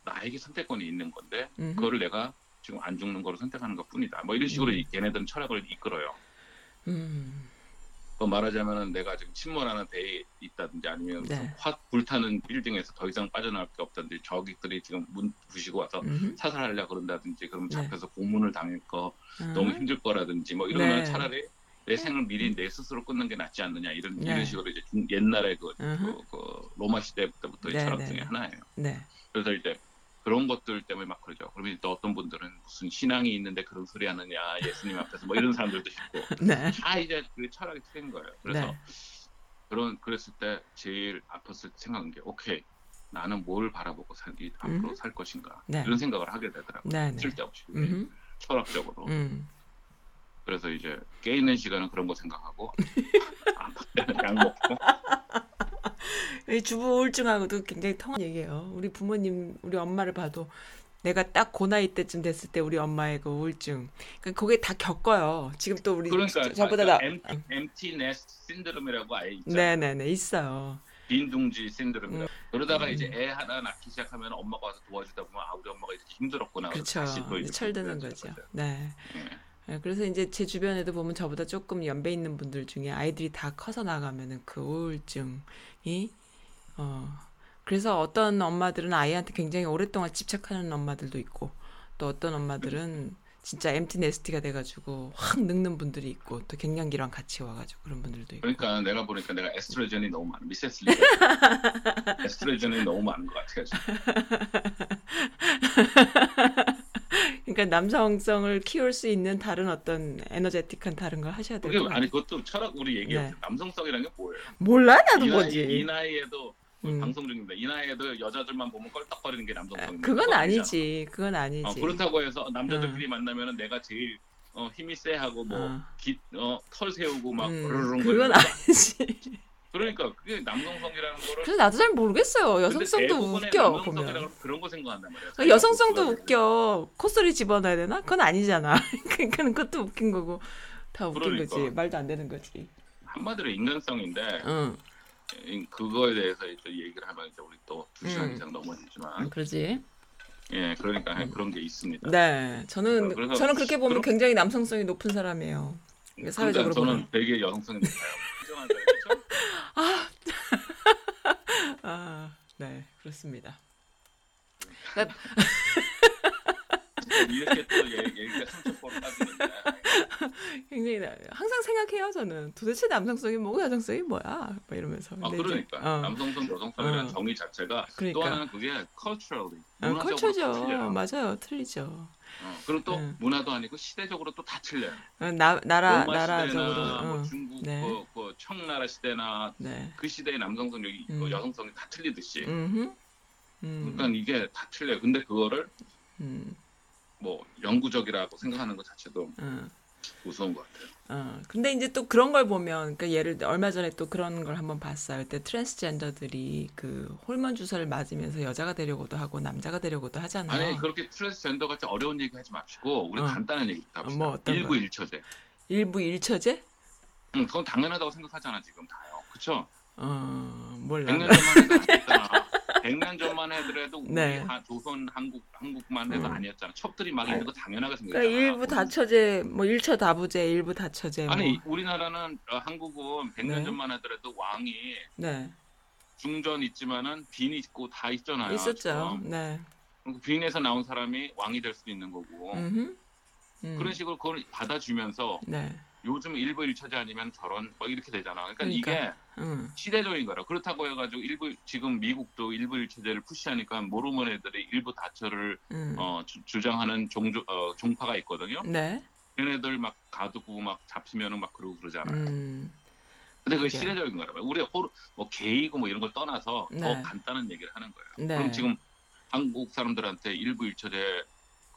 S2: 나에게 선택권이 있는 건데
S3: 음.
S2: 그거를 내가 지금 안 죽는 거로 선택하는 것뿐이다. 뭐 이런 식으로
S3: 음.
S2: 이- 얘네들은 철학을 이끌어요.
S3: 음.
S2: 그 말하자면은 내가 지금 침몰하는 배에 있다든지 아니면
S3: 네.
S2: 무슨 확 불타는 빌딩에서 더 이상 빠져나올 게 없다든지 적들이 지금 문 부시고 와서
S3: 음.
S2: 사살하려 그런다든지 그럼
S3: 네. 음.
S2: 잡혀서 고문을 당할 거 너무 힘들 거라든지 뭐 이런
S3: 네.
S2: 거는 차라리 내 생을 미리 내 스스로 끊는 게 낫지 않느냐 이런
S3: 네.
S2: 이런 식으로 이제 중- 옛날에 그,
S3: 음흠.
S2: 그- 그 로마 시대 때부터의
S3: 네,
S2: 철학
S3: 네,
S2: 중에
S3: 네.
S2: 하나예요.
S3: 네,
S2: 그래서 이제 그런 것들 때문에 막 그러죠. 그러면 또 어떤 분들은 무슨 신앙이 있는데 그런 소리 하느냐 예수님 앞에서 뭐 이런 사람들도 있고
S3: 네,
S2: 다 이제 그 철학이 틀린 거예요. 그래서
S3: 네.
S2: 그런 그랬을 때 제일 아팠을 때 생각한 게 오케이 나는 뭘 바라보고 살기 앞으로
S3: 음.
S2: 살 것인가
S3: 네.
S2: 이런 생각을 하게 되더라고요.
S3: 네, 네.
S2: 쓸데없이
S3: 음.
S2: 철학적으로.
S3: 음.
S2: 그래서 이제 깨 있는 시간은 그런 거 생각하고 아플 때는 약 먹고
S3: 이 주부 우울증하고도 굉장히 통한 얘기예요. 우리 부모님, 우리 엄마를 봐도 내가 딱 그 나이 때쯤 됐을 때 우리 엄마의 그 우울증. 그러니까 그게 다 겪어요. 지금 또 우리
S2: 그러니까
S3: 음, 저보다 나.
S2: 엠티, 엠티 네스트 신드롬이라고 아예 있잖아요.
S3: 네네네 음. 있어요.
S2: 빈둥지 신드롬이라 고 그러다가 이제 애 하나 낳기 시작하면 엄마가 와서 도와주다 보면 아 우리 엄마가 이렇게 힘들었구나
S3: 그렇죠.
S2: 다시 또 이렇게
S3: 철드는
S2: 그래서
S3: 거죠.
S2: 그래요.
S3: 네.
S2: 예.
S3: 네, 그래서 이제 제 주변에도 보면 저보다 조금 연배 있는 분들 중에 아이들이 다 커서 나가면은 그 우울증이 어 그래서 어떤 엄마들은 아이한테 굉장히 오랫동안 집착하는 엄마들도 있고 또 어떤 엄마들은 진짜 엠티 네스티가 돼가지고 확 늙는 분들이 있고 또 갱년기랑 같이 와가지고 그런 분들도 있고
S2: 그러니까 내가 보니까 내가 에스트로겐이 너무 많아 미세스 리 에스트로겐이 너무 많은 것 같아가지고
S3: 그러니까 남성성을 키울 수 있는 다른 어떤 에너제틱한 다른 걸 하셔야
S2: 그게
S3: 될것 같아요.
S2: 아니 그것도 철학 우리 얘기해
S3: 네.
S2: 남성성이라는 게 뭐예요?
S3: 몰라 나도
S2: 이,
S3: 뭐지.
S2: 나이, 이 나이에도 우리
S3: 음.
S2: 방송 중입니다. 이 나이에도 여자들만 보면 껄떡거리는 게 남성성입니다.
S3: 그건
S2: 그거 아니잖아.
S3: 아니지. 그건 아니지.
S2: 어, 그렇다고 해서 남자들끼리 만나면은 내가 제일 어, 힘이 세하고
S3: 어.
S2: 뭐깃어털 세우고 막
S3: 음,
S2: 그러는
S3: 그건
S2: 거예요.
S3: 아니지.
S2: 그러니까 그게 남성성이라는 거를
S3: 그래서 나도 잘 모르겠어요.
S2: 근데
S3: 여성성도
S2: 대부분의
S3: 웃겨
S2: 남성성이라고
S3: 보면.
S2: 그런 거 생각한단 말이야.
S3: 그러니까 여성성도 웃겨. 콧소리 집어넣어야 되나? 그건 아니잖아. 그러니까 그것도 웃긴 거고 다 웃긴
S2: 그러니까.
S3: 거지. 말도 안 되는 거지.
S2: 한마디로 인간성인데
S3: 응,
S2: 이- 그거에 대해서 이제 얘기를 하면 이제 우리 또 두 시간
S3: 음.
S2: 이상 넘어지지만
S3: 그러지.
S2: 예 그러니까 그런 게 있습니다.
S3: 네, 저는
S2: 아, 그래서
S3: 저는 그렇게
S2: 그럼-
S3: 보면 굉장히 남성성이 높은 사람이에요. 사회적으로
S2: 그러니까
S3: 보면.
S2: 저는 되게 여성성이 높아요. 인정한 거예요.
S3: 아, 네, 그렇습니다.
S2: 그렇죠? 이렇게 또 얘- 얘기가 삼천포로 빠지는데.
S3: 굉장히 나- 항상 생각해요. 저는 도대체 남성성이 뭐고 여성성이 뭐야? 막 이러면서.
S2: 아
S3: 근데 이제-
S2: 그러니까
S3: 어.
S2: 남성성 여성성이라는
S3: 어.
S2: 정의 자체가
S3: 그러니까.
S2: 또 하나는 그게 culturally
S3: 아,
S2: 문화적으로 또
S3: 컬처죠.
S2: 틀려요.
S3: 맞아요. 틀리죠.
S2: 어, 그리고 또
S3: 응.
S2: 문화도 아니고 시대적으로 또 다 틀려요.
S3: 어, 나, 나라,
S2: 로마
S3: 나라적으로.
S2: 시대나 뭐
S3: 응.
S2: 중국
S3: 네.
S2: 그, 그 청나라 시대나
S3: 네.
S2: 그 시대의 남성성이
S3: 음.
S2: 여성성이 다 틀리듯이
S3: 음흠. 음.
S2: 그러니까 이게 다 틀려요. 근데 그거를
S3: 음.
S2: 뭐 영구적이라고 생각하는 것 자체도
S3: 어.
S2: 무서운 것 같아요.
S3: 어. 근데 이제 또 그런 걸 보면, 그러니까 예를 들어 얼마 전에 또 그런 걸 한번 봤어요. 그때 트랜스젠더들이 그 호르몬 주사를 맞으면서 여자가 되려고도 하고 남자가 되려고도 하잖아요.
S2: 아니 그렇게 트랜스젠더 같이 어려운 얘기 하지 마시고 우리
S3: 어.
S2: 간단한 얘기
S3: 어,
S2: 합시다.
S3: 뭐 어떤
S2: 일구
S3: 거요?
S2: 일처제.
S3: 일부 일처제?
S2: 응, 그건 당연하다고 생각하잖아 지금 다요. 그렇죠?
S3: 어, 몰라.
S2: 100년 전만 해도 아니었잖아. 100년 전만 해도 우리
S3: 네.
S2: 하- 조선 한국 한국만 해도
S3: 음.
S2: 아니었잖아. 첩들이 막 있는 거 당연하게 생겼잖아. 음.
S3: 그러니까 일부 다처제, 뭐 일처 다부제, 일부 다처제. 뭐.
S2: 아니 우리나라는 어, 한국은 100년
S3: 네.
S2: 전만 하더라도 왕이
S3: 네.
S2: 중전 있지만은 빈 있고 다 있잖아요.
S3: 있었죠.
S2: 지금.
S3: 네.
S2: 그리고 빈에서 나온 사람이 왕이 될 수도 있는 거고
S3: 음흠. 음.
S2: 어. 그런 식으로 그걸 받아주면서
S3: 네.
S2: 요즘 일부 일처제 아니면 저런 뭐 이렇게 되잖아. 그러니까,
S3: 그러니까.
S2: 이게
S3: 음.
S2: 시대적인 거라 그렇다고 해가지고 일부 지금 미국도 일부 일처제를 푸시하니까 모르는 애들이 일부 다처를
S3: 음.
S2: 어, 주- 주장하는 종조, 어, 종파가 있거든요.
S3: 네.
S2: 걔네들 막 가두고 막 잡히면은 막 그러고 그러잖아요.
S3: 음.
S2: 근데 그게
S3: 네.
S2: 시대적인 거라 말이에요. 우리 호르, 뭐 게이고 뭐 이런 걸 떠나서
S3: 네.
S2: 더 간단한 얘기를 하는 거예요.
S3: 네.
S2: 그럼 지금 한국 사람들한테 일부 일처제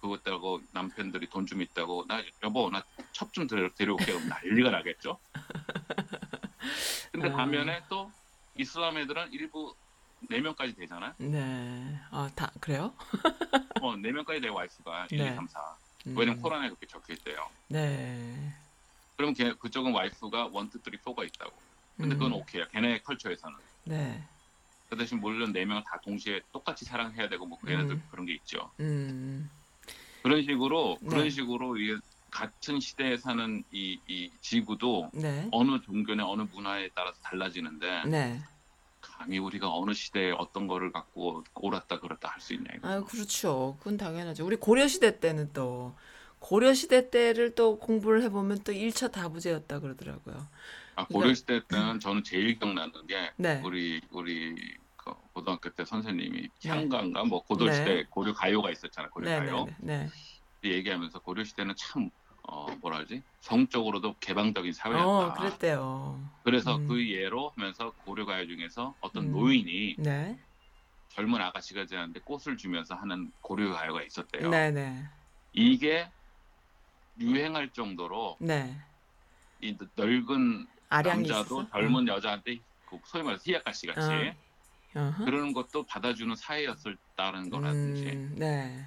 S2: 그거 따고 남편들이 돈 좀 있다고 나 여보 나 첩 좀 데려올게 그럼 난리가 나겠죠. 근데
S3: 아.
S2: 반면에 또 이슬람 애들은 일부 네 명까지 되잖아요.
S3: 네. 아, 다 그래요?
S2: 어, 네 명까지 내 와이프가 1,
S3: 네.
S2: 2, 3, 4.
S3: 음.
S2: 왜냐면 코란에 그렇게 적혀 있대요.
S3: 네.
S2: 그럼 걔, 그쪽은 와이프가 원, 투, 쓰리, 포가 있다고. 근데 그건
S3: 음.
S2: 오케이야. 걔네 컬처에서는.
S3: 네.
S2: 그 대신 물론 네 명은 다 동시에 똑같이 사랑해야 되고 뭐 걔네들
S3: 음.
S2: 그런 게 있죠.
S3: 음.
S2: 그런 식으로 그런
S3: 네.
S2: 식으로 이게 같은 시대에 사는 이, 이 지구도
S3: 네.
S2: 어느 종교나 어느 문화에 따라서 달라지는데
S3: 네.
S2: 감히 우리가 어느 시대에 어떤 거를 갖고 옳았다 그렇다 할 수 있냐 이거.
S3: 아, 그렇죠. 그건 당연하죠. 우리 고려 시대 때는 또 고려 시대 때를 또 공부를 해 보면 또 1차 다부제였다 그러더라고요.
S2: 아, 고려 시대 때는 저는 제일 기억나는 게
S3: 그러니까 네.
S2: 우리 우리 그 고등학교 때 선생님이 향가인가 뭐 고려
S3: 네.
S2: 시대 고려 가요가 있었잖아 고려
S3: 네,
S2: 가요.
S3: 네, 네.
S2: 얘기하면서 고려 시대는 참 어, 뭐라 하지 성적으로도 개방적인
S3: 네.
S2: 사회였다.
S3: 어, 그랬대요.
S2: 그래서
S3: 음.
S2: 그 예로 하면서 고려 가요 중에서 어떤
S3: 음.
S2: 노인이
S3: 네.
S2: 젊은 아가씨가 지나는데 꽃을 주면서 하는 고려 가요가 있었대요.
S3: 네, 네.
S2: 이게 유행할 정도로
S3: 네.
S2: 이 넓은
S3: 아량이
S2: 남자도
S3: 있어. 음.
S2: 젊은 여자한테 그 소위 말해서 히야카씨 같이
S3: 어. 어허.
S2: 그런 것도 받아주는 사회였었다는 거라든지
S3: 음, 네.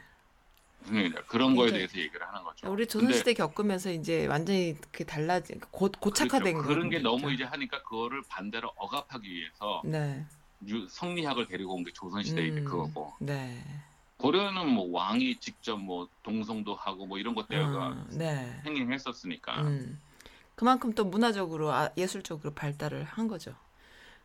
S2: 무슨 얘기냐 그런 거에
S3: 그러니까
S2: 대해서 얘기를 하는 거죠.
S3: 우리 조선시대 겪으면서 이제 완전히 그 달라진 고, 고착화된
S2: 그렇죠. 그런
S3: 거거든요.
S2: 게 너무 이제 하니까 그거를 반대로 억압하기 위해서
S3: 네.
S2: 유- 성리학을 데리고 온 게 조선시대 이제
S3: 음,
S2: 그거고
S3: 네.
S2: 고려는 뭐 왕이 직접 뭐 동성도 하고 뭐 이런 것들과
S3: 어, 네.
S2: 행행했었으니까
S3: 음. 그만큼 또 문화적으로 아, 예술적으로 발달을 한 거죠.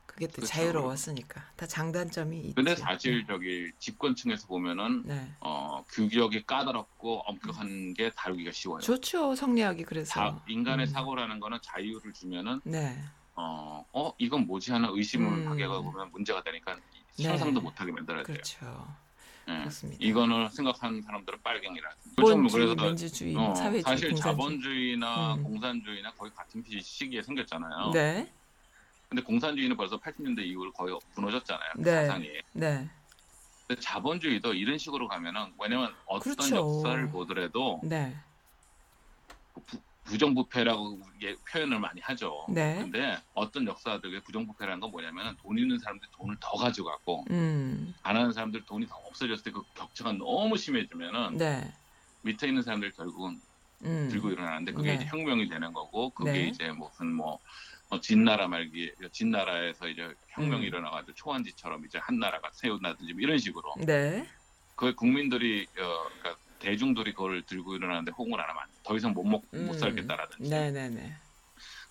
S3: 그게 또
S2: 그렇죠.
S3: 자유로웠으니까 다 장단점이 있지.
S2: 근데 사실 저기 집권층에서 보면은
S3: 네.
S2: 어, 규격이 까다롭고 엄격한 게 다루기가 쉬워요.
S3: 좋죠 성리학이 그래서.
S2: 자- 인간의
S3: 음.
S2: 사고라는 거는 자유를 주면은
S3: 네.
S2: 어, 어 이건 뭐지 하는 의심을
S3: 음.
S2: 하게 보면 문제가 되니까
S3: 네.
S2: 상상도 못하게 만들어야 돼요.
S3: 그렇죠.
S2: 예.
S3: 그렇습니다.
S2: 이거는 생각하는 사람들은 빨갱이라든지.
S3: 자본주의, 민주주의,
S2: 어,
S3: 사회주의,
S2: 사실
S3: 공산주의.
S2: 자본주의나
S3: 음.
S2: 공산주의나 거의 같은 시- 시기에 생겼잖아요.
S3: 네.
S2: 근데 공산주의는 벌써 80년대 이후로 거의 무너졌잖아요. 그
S3: 네.
S2: 사상이.
S3: 네.
S2: 근데 그 자본주의도 이런 식으로 가면은 왜냐면 어떤
S3: 그렇죠.
S2: 역사를 보더라도
S3: 네.
S2: 부- 부정부패라고 예- 표현을 많이 하죠.
S3: 네.
S2: 근데 어떤 역사들의 부정부패라는 건 뭐냐면 돈 있는 사람들이 돈을 더 가져가고
S3: 음.
S2: 안 하는 사람들 돈이 더 없어졌을 때 그 격차가 너무 심해지면은
S3: 네.
S2: 밑에 있는 사람들 결국은
S3: 음.
S2: 들고 일어나는데 그게
S3: 네.
S2: 이제 혁명이 되는 거고 그게
S3: 네.
S2: 이제 무슨 뭐 어, 진나라 말기 진나라에서 이제 혁명이
S3: 음.
S2: 일어나가지고 초한지처럼 이제 한 나라가 세운다든지 뭐 이런 식으로
S3: 네.
S2: 그 국민들이 어, 그러니까 대중들이 그걸 들고 일어나는데 호응을 안 하면 안 돼. 더 이상 못, 먹, 못
S3: 음.
S2: 살겠다라든지
S3: 네, 네, 네.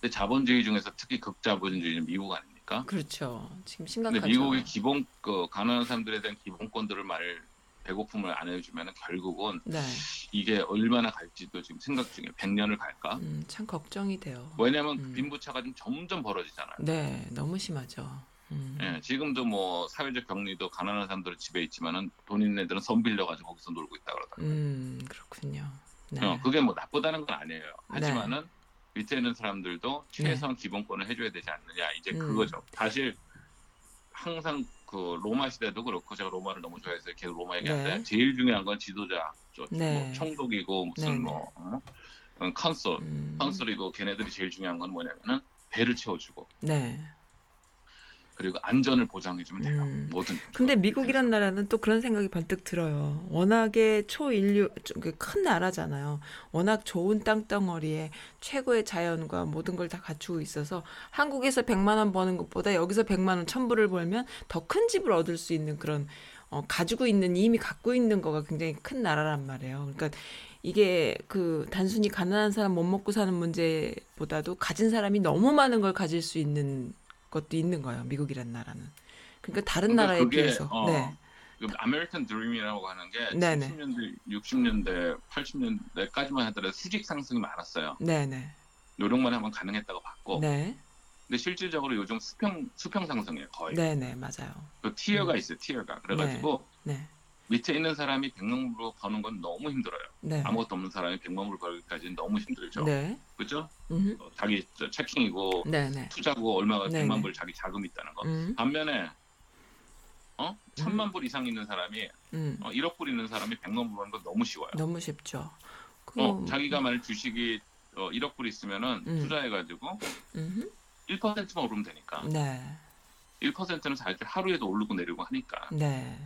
S2: 근데 자본주의 중에서 특히 극자본주의는 미국 아닙니까?
S3: 그렇죠. 지금 심각하죠.
S2: 근데 미국의 기본 그 가난한 사람들에 대한 기본권들을 말 배고픔을 안 해주면 결국은
S3: 네.
S2: 이게 얼마나 갈지도 지금 생각 중에 100년을 갈까?
S3: 음, 참 걱정이 돼요.
S2: 왜냐하면
S3: 음.
S2: 빈부차가 지금 점점 벌어지잖아요.
S3: 네, 너무 심하죠. 음.
S2: 예, 지금도 뭐 사회적 격리도 가난한 사람들은 집에 있지만은 돈 있는 애들은 선 빌려가지고 거기서 놀고 있다 그러더라고요.
S3: 음, 그렇군요. 네.
S2: 어, 그게 뭐 나쁘다는 건 아니에요. 하지만은 밑에 있는 사람들도 최소한 기본권을 해줘야 되지 않느냐 이제
S3: 네. 음.
S2: 그거죠. 사실 항상 그 로마 시대도 그렇고 제가 로마를 너무 좋아해서 계속 로마 얘기하는데
S3: 네.
S2: 제일 중요한 건 지도자, 저-
S3: 네.
S2: 뭐 총독이고 무슨
S3: 네, 네.
S2: 뭐 어? 어, 컨솔,
S3: 음,
S2: 컨솔이고 걔네들이 제일 중요한 건 뭐냐면은 배를 채워주고
S3: 네.
S2: 그리고 안전을 보장해주면 돼요.
S3: 음.
S2: 뭐든.
S3: 근데 미국이란 나라는 또 그런 생각이 번뜩 들어요. 워낙에 초인류 좀큰그 나라잖아요. 워낙 좋은 땅덩어리에 최고의 자연과 모든 걸 다 갖추고 있어서 한국에서 100만 원 버는 것보다 여기서 100만 원, 1000불을 벌면 더 큰 집을 얻을 수 있는 그런 어, 가지고 있는 이미 갖고 있는 거가 굉장히 큰 나라란 말이에요. 그러니까 이게 그 단순히 가난한 사람 못 먹고 사는 문제보다도 가진 사람이 너무 많은 걸 가질 수 있는 것도 있는 거예요. 미국이란 나라는. 그러니까 다른
S2: 근데
S3: 나라에
S2: 그게,
S3: 비해서.
S2: 어,
S3: 네.
S2: 그 아메리칸 드림이라고 하는 게
S3: 네네.
S2: 70년대, 60년대, 80년대까지만 하더라도 수직 상승이 많았어요.
S3: 네, 네.
S2: 노력만 하면 가능했다고 봤고,
S3: 네.
S2: 근데 실질적으로 요즘 수평 수평 상승이에요 거의.
S3: 네, 네. 맞아요.
S2: 그 티어가 있어요 티어가. 그래가지고
S3: 네.
S2: 밑에 있는 사람이 100만 불 버는 건 너무 힘들어요.
S3: 네.
S2: 아무것도 없는 사람이 100만 불 벌기까지는 너무 힘들죠.
S3: 네.
S2: 그죠?
S3: 음.
S2: 어, 자기 저 체킹이고
S3: 네, 네.
S2: 투자고 얼마가
S3: 네네.
S2: 100만 불 자기 자금이 있다는 거.
S3: 음.
S2: 반면에 어 천만 불 이상 있는 사람이
S3: 음.
S2: 어, 1억 불 있는 사람이 100만 불 버는 건 너무 쉬워요.
S3: 너무 쉽죠. 네. 그
S2: 어, 자기가 만약 주식이 어, 1억 불 있으면은
S3: 음.
S2: 투자해가지고
S3: 음.
S2: 1%만 오르면 되니까
S3: 네.
S2: 1%는 사실 하루에도 오르고 내리고 하니까
S3: 네.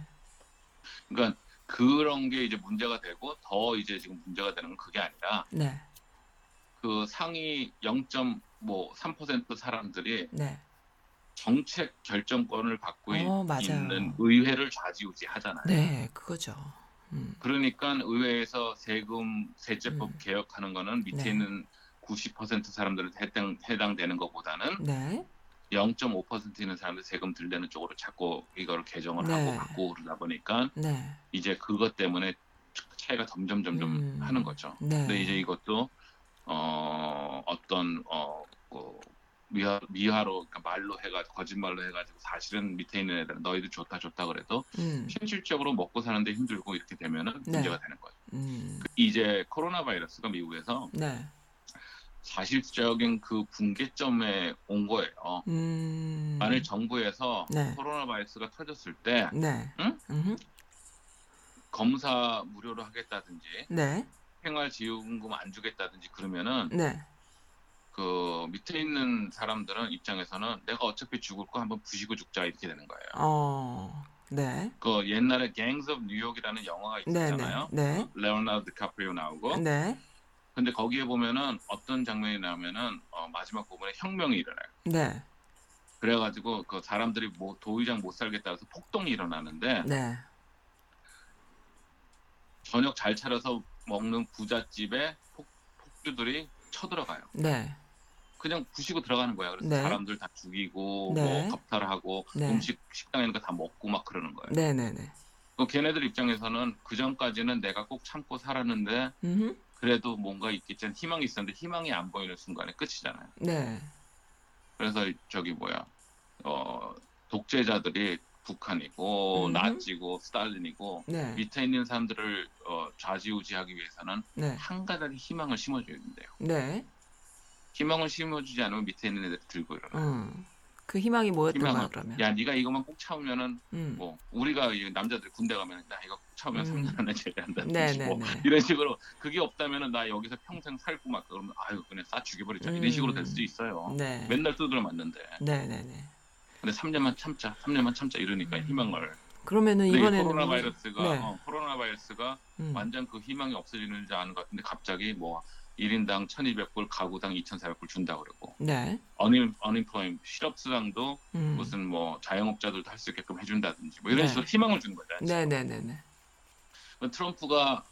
S2: 그러니까 그런 게 이제 문제가 되고 더 이제 지금 문제가 되는 건 그게 아니라
S3: 네.
S2: 그 상위 0.3% 사람들이
S3: 네.
S2: 정책 결정권을 갖고
S3: 어,
S2: 있-
S3: 맞아요.
S2: 있는 의회를 좌지우지 하잖아요.
S3: 네, 그거죠. 음.
S2: 그러니까 의회에서 세금 세제법
S3: 음.
S2: 개혁하는 거는 밑에
S3: 네.
S2: 있는 90% 사람들은 해당 해당되는 것보다는
S3: 네.
S2: 0.5% 있는 사람들 세금 들 내는 쪽으로 자꾸 이거를 개정을
S3: 네.
S2: 하고 바꾸고 그러다 보니까
S3: 네.
S2: 이제 그것 때문에 차이가 점점 점점
S3: 음.
S2: 하는 거죠.
S3: 네.
S2: 근데 이제 이것도 어, 어떤 어, 그 미화, 미화로 그러니까 말로 해가지고 거짓말로 해가지고 사실은 밑에 있는 애들은 너희들 좋다 좋다 그래도
S3: 음.
S2: 실질적으로 먹고 사는데 힘들고 이렇게 되면은
S3: 네.
S2: 문제가 되는 거예요.
S3: 음.
S2: 이제 코로나 바이러스가 미국에서
S3: 네.
S2: 사실적인 그 붕괴점에 온 거예요.
S3: 음.
S2: 만일 정부에서
S3: 네.
S2: 코로나 바이러스가 터졌을 때
S3: 네.
S2: 응?
S3: 음흠.
S2: 검사 무료로 하겠다든지
S3: 네.
S2: 생활 지원금 안 주겠다든지 그러면은
S3: 네.
S2: 그 밑에 있는 사람들은 입장에서는 내가 어차피 죽을 거 한번 부시고 죽자 이렇게 되는 거예요.
S3: 어, 네.
S2: 그 옛날에 Gangs of New York이라는 영화가
S3: 네,
S2: 있었잖아요. 어?
S3: 네,
S2: 레오나르도 디카프리오 나오고.
S3: 네, 네,
S2: 근데 거기에 보면은 어떤 장면이 나오면은 어, 마지막 부분에 혁명이 일어나요.
S3: 네,
S2: 그래가지고 그 사람들이 뭐, 더 이상 못 살겠다 해서 폭동이 일어나는데
S3: 네.
S2: 저녁 잘 차려서 먹는 부잣집에 폭, 폭주들이 쳐들어가요.
S3: 네.
S2: 그냥 부시고 들어가는 거야. 그래서
S3: 네.
S2: 사람들 다 죽이고
S3: 네.
S2: 뭐 겁탈하고
S3: 네.
S2: 음식 식당에 있는 거 다 먹고 막 그러는 거예요.
S3: 네, 네, 네.
S2: 그 걔네들 입장에서는 그 전까지는 내가 꼭 참고 살았는데
S3: 음.
S2: 그래도 뭔가 있겠지 희망이 있었는데 희망이 안 보이는 순간에 끝이잖아요.
S3: 네.
S2: 그래서 저기 뭐야 어 독재자들이 북한이고
S3: 음.
S2: 나치고 스탈린이고
S3: 네.
S2: 밑에 있는 사람들을 어, 좌지우지하기 위해서는
S3: 네.
S2: 한 가닥의 희망을 심어줘야 된대요.
S3: 네.
S2: 희망을 심어주지 않으면 밑에 있는 애들이 들고 일어나.
S3: 음. 그 희망이 뭐였던가
S2: 희망은
S3: 그러면?
S2: 야, 네가 이것만 꼭 참으면은
S3: 음.
S2: 뭐 우리가 이 남자들 군대 가면 나 이거 꼭 참으면
S3: 음.
S2: 3년 안에 제대한다든지
S3: 네, 네,
S2: 뭐
S3: 네.
S2: 이런 식으로 그게 없다면은 나 여기서 평생 살고 막 그러면 아유 그냥 싹 죽여버리자 이런 식으로
S3: 음.
S2: 될 수도 있어요.
S3: 네.
S2: 맨날 두드려 맞는데
S3: 네, 네, 네.
S2: 근데 3년만 참자, 3년만 참자 이러니까 희망을.
S3: 그러면은
S2: 근데 이
S3: 음. 이번에는
S2: 코로나
S3: 무슨-
S2: 바이러스가
S3: 네.
S2: 어, 코로나 바이러스가
S3: 음.
S2: 완전 그 희망이 없어지는 줄 아는 것 같은데 갑자기 뭐 1인당 1,200불, 가구당 2,400불 준다 그러고
S3: 네.
S2: 어니 어니플로임 실업수당도
S3: 음.
S2: 무슨 뭐 자영업자들도 할 수 있게끔 해준다든지 뭐 이런
S3: 네.
S2: 식으로 희망을 준 거잖아요.
S3: 네, 네, 네, 네.
S2: 그러니까 트럼프가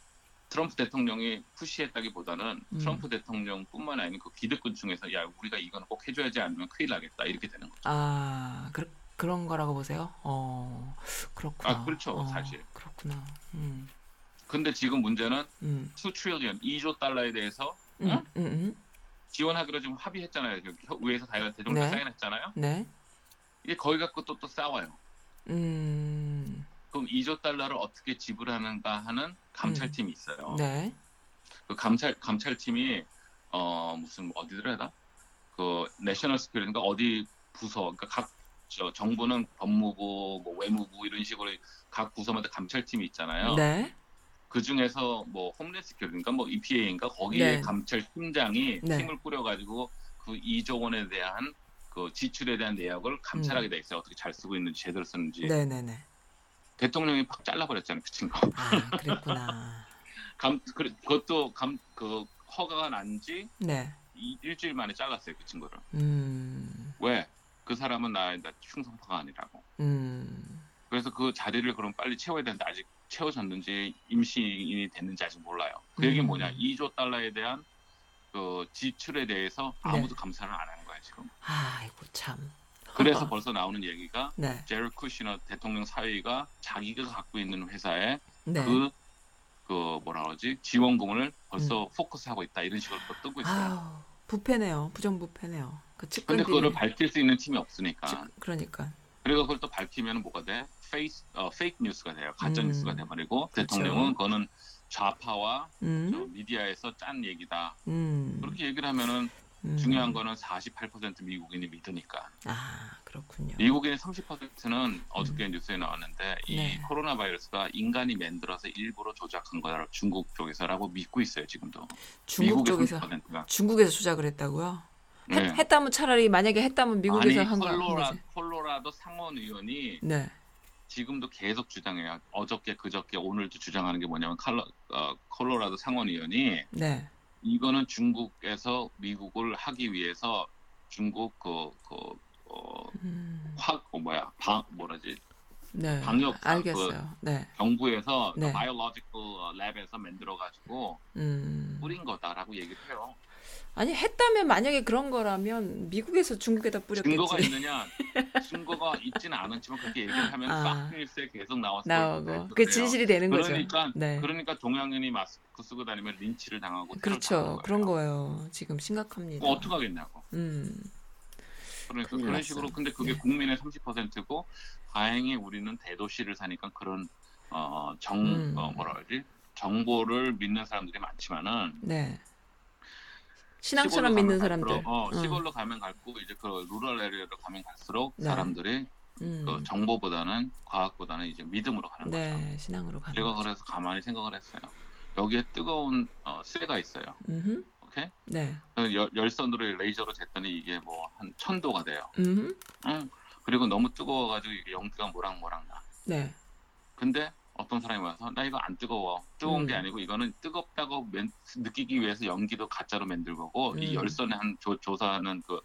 S2: 트럼프 대통령이 푸시했다기보다는
S3: 음.
S2: 트럼프 대통령뿐만 아닌 그 기득권층에서 야 우리가 이건 꼭 해줘야지 않으면 큰일 나겠다 이렇게 되는 거죠.
S3: 아, 그, 그런 거라고 보세요? 어. 그렇구나.
S2: 아, 그렇죠,
S3: 어,
S2: 사실.
S3: 그렇구나. 음.
S2: 근데 지금 문제는
S3: 음.
S2: 2 trillion 2조 달러에 대해서
S3: 음.
S2: 응?
S3: 음. 음.
S2: 지원하기로 지금 합의했잖아요. 여기 혀- 의회에서 다이가 대정부
S3: 네.
S2: 사인했잖아요.
S3: 네.
S2: 이게 거기 갖고 또 또 싸워요.
S3: 음.
S2: 그럼 2조 달러를 어떻게 지불하는가 하는 감찰팀이 있어요.
S3: 네.
S2: 그 감찰 감찰팀이 어 무슨 어디더라 그 내셔널 스크린인가 어디 부서 그러니까 각 저, 정부는 법무부 뭐 외무부 이런 식으로 각 부서마다 감찰팀이 있잖아요.
S3: 네.
S2: 그 중에서 뭐 홈리스 큐린가 뭐 EPA인가 거기에
S3: 네.
S2: 감찰 팀장이
S3: 네.
S2: 팀을 꾸려가지고 그 2조 원에 대한 그 지출에 대한 내역을 감찰하게 돼 있어요. 어떻게 잘 쓰고 있는지 제대로 쓰는지
S3: 음. 네, 네, 네.
S2: 대통령이 팍 잘라버렸잖아요. 그 친구.
S3: 아, 그랬구나.
S2: 감 그, 그것도 감 그 허가가 난지
S3: 네.
S2: 이- 일주일 만에 잘랐어요 그 친구를.
S3: 음.
S2: 왜? 그 사람은 나의 나 충성파가 아니라고.
S3: 음.
S2: 그래서 그 자리를 그럼 빨리 채워야 되는데 아직 채워졌는지 임시인이 됐는지 아직 몰라요. 그 얘기는
S3: 음.
S2: 뭐냐? 2조 달러에 대한 그 지출에 대해서
S3: 네.
S2: 아무도 감사를 안 하는 거야 지금.
S3: 아이고 참. 그러니까.
S2: 그래서 벌써 나오는 얘기가
S3: 네.
S2: 제르 쿠시너 대통령 사위가 자기가 갖고 있는 회사에
S3: 네.
S2: 그, 그 뭐라 그러지 지원금을 벌써 포커스하고 있다 이런 식으로 또 뜨고 있어요.
S3: 음. 아우 부패네요. 부정부패네요. 그
S2: 근데
S3: 측근들이.
S2: 그거를 밝힐 수 있는 팀이 없으니까.
S3: 측- 그러니까.
S2: 그리고 그걸 또 밝히면 뭐가 돼? 페이스, 어, 페이크 뉴스가 돼요. 가짜
S3: 음.
S2: 뉴스가 돼버리고
S3: 그렇죠.
S2: 대통령은 그거는 좌파와 저
S3: 음.
S2: 미디어에서 짠 얘기다.
S3: 음.
S2: 그렇죠. 그렇게 얘기를 하면은
S3: 음.
S2: 중요한 거는 48% 미국인이 믿으니까.
S3: 아 그렇군요.
S2: 미국인의 30%는 어저께 뉴스에 나왔는데 이
S3: 음. 네.
S2: 코로나 바이러스가 인간이 만들어서 일부러 조작한 거라고 중국 쪽에서라고 믿고 있어요 지금도.
S3: 중국
S2: 미국의
S3: 쪽에서
S2: 30%가.
S3: 중국에서 조작을 했다고요? 했,
S2: 네.
S3: 했다면 차라리 만약에 했다면 미국에서
S2: 아니
S3: 한 거- 한
S2: 콜로라,
S3: 거지.
S2: 콜로라도 상원 의원이
S3: 네.
S2: 지금도 계속 주장해요. 어저께 그저께 오늘도 주장하는 게 뭐냐면 칼로, 어, 콜로라도 상원 의원이
S3: 네.
S2: 이거는 중국에서 미국을 하기 위해서 중국 그그 어,
S3: 음.
S2: 확 어, 뭐야 방 뭐라지
S3: 네.
S2: 방역 그-
S3: 알겠어요. 네.
S2: 정부에서
S3: 네.
S2: 바이올로지컬 랩에서 만들어 가지고
S3: 음.
S2: 뿌린 거다라고 얘기를 해요.
S3: 아니 했다면 만약에 그런 거라면 미국에서 중국에다
S2: 증거가
S3: 뿌렸겠지.
S2: 있느냐? 증거가 있지는 않았지만 그렇게 얘기를 하면
S3: 아.
S2: 빡뉴스에 계속 나왔을
S3: 나오고 그게 진실이 되는 거죠.
S2: 그러니까
S3: 네.
S2: 그러니까 동양인이 마스크 쓰고 다니면 린치를 당하고 테러
S3: 그렇죠.
S2: 당하는
S3: 그런
S2: 거예요.
S3: 거예요. 지금 심각합니다.
S2: 뭐 어떻게 하겠냐고.
S3: 음.
S2: 그러니까
S3: 큰일
S2: 그런
S3: 났어요.
S2: 식으로 근데 그게
S3: 네.
S2: 국민의 30%고 다행히 우리는 대도시를 사니까 그런 어, 정
S3: 음.
S2: 어, 뭐라 그러지? 정보를 믿는 사람들이 많지만은
S3: 네.
S2: 시골로
S3: 신앙처럼 믿는
S2: 가면 갈수록,
S3: 사람들.
S2: 어,
S3: 응.
S2: 시골로 가면 갈고 이제 그 루럴 에리어로 가면 갈수록
S3: 네.
S2: 사람들이
S3: 음.
S2: 그 정보보다는 과학보다는 이제 믿음으로 가는 거죠.
S3: 네, 신앙으로 가는.
S2: 제가
S3: 거죠.
S2: 그래서 가만히 생각을 했어요. 여기에 뜨거운 어, 쇠가 있어요.
S3: 음흠.
S2: 이렇게
S3: 네.
S2: 열, 열선으로 레이저로 쟀더니 이게 뭐 한 천도가 돼요.
S3: 음.
S2: 응. 그리고 너무 뜨거워가지고 이게 연기가 모락모락 나.
S3: 네.
S2: 근데 어떤 사람이 와서 나 이거 안 뜨거워. 뜨거운
S3: 음.
S2: 게 아니고 이거는 뜨겁다고 맨- 느끼기 위해서 연기도 가짜로 만들 거고
S3: 음.
S2: 이 열선에 한 조, 조사하는 그,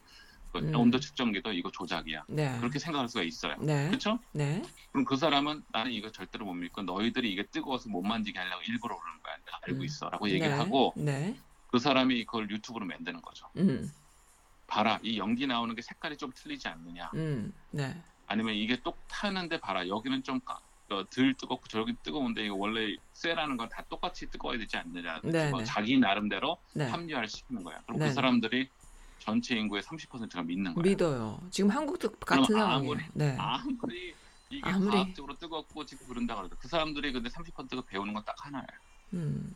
S2: 그
S3: 음.
S2: 온도 측정기도 이거 조작이야.
S3: 네.
S2: 그렇게 생각할 수가 있어요.
S3: 네.
S2: 그렇죠?
S3: 네.
S2: 그럼 그 사람은 나는 이거 절대로 못 믿고 너희들이 이게 뜨거워서 못 만지게 하려고 일부러 그러는 거야. 나 알고
S3: 음.
S2: 있어라고 얘기를
S3: 네.
S2: 하고
S3: 네.
S2: 그 사람이 그걸 유튜브로 만드는 거죠.
S3: 음.
S2: 봐라 이 연기 나오는 게 색깔이 좀 틀리지 않느냐.
S3: 음. 네.
S2: 아니면 이게 똑 타는데 봐라 여기는 좀 어, 덜 뜨겁고 저기 뜨거운데 이거 원래 쇠라는 건 다 똑같이 뜨거워야 되지 않느냐
S3: 네,
S2: 뭐
S3: 네.
S2: 자기 나름대로
S3: 네.
S2: 합리화를 시키는 거야 그럼
S3: 네, 네.
S2: 그 사람들이 전체 인구의 30%가 믿는 거야
S3: 믿어요. 지금 한국도 같은
S2: 그럼
S3: 상황이에요.
S2: 아무리-
S3: 네.
S2: 아무리 이게
S3: 아무리-
S2: 과학적으로 뜨겁고 지금 그런다 그래도 그 사람들이 근데 30%가 배우는 건 딱 하나야
S3: 음.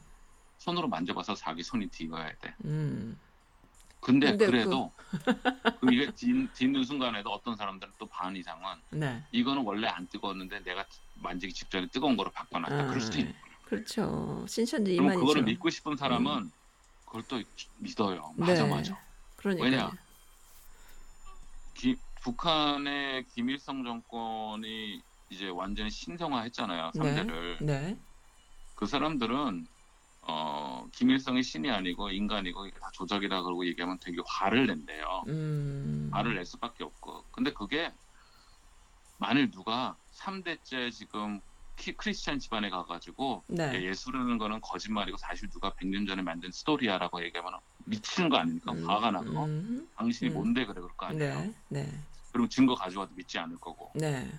S2: 손으로 만져봐서 자기 손이 뒤어야 돼
S3: 음.
S2: 근데,
S3: 근데 그-
S2: 그래도 그 이게 뒤- 뒤는 순간에도 어떤 사람들은 또 반 이상은
S3: 네.
S2: 이거는 원래 안 뜨거웠는데 내가 만지기 직전에 뜨거운 거로 바꿔놨다.
S3: 아,
S2: 그럴 수도 있는 거예요.
S3: 그렇죠. 신천지
S2: 그럼
S3: 이만이죠.
S2: 그거를 믿고 싶은 사람은 그걸 또 믿어요. 맞아
S3: 네.
S2: 맞아.
S3: 그러니까
S2: 왜냐? 기- 북한의 김일성 정권이 이제 완전히 신성화했잖아요. 삼
S3: 네.
S2: 대를
S3: 네.
S2: 그 사람들은 어, 김일성이 신이 아니고 인간이고 이게 다 조작이다 그러고 얘기하면 되게 화를 낸대요.
S3: 음.
S2: 화를 낼 수밖에 없고. 근데 그게 만일 누가 삼대째 지금 키- 크리스찬 집안에 가가지고
S3: 네.
S2: 예, 예술이라는 거는 거짓말이고 사실 누가 100년 전에 만든 스토리야라고 얘기하면 미치는 거 아닙니까?
S3: 음,
S2: 화가 나고
S3: 음.
S2: 당신이
S3: 음.
S2: 뭔데 그래 그럴 거 아니에요.
S3: 네. 네.
S2: 그럼 증거 가져와도 믿지 않을 거고
S3: 네.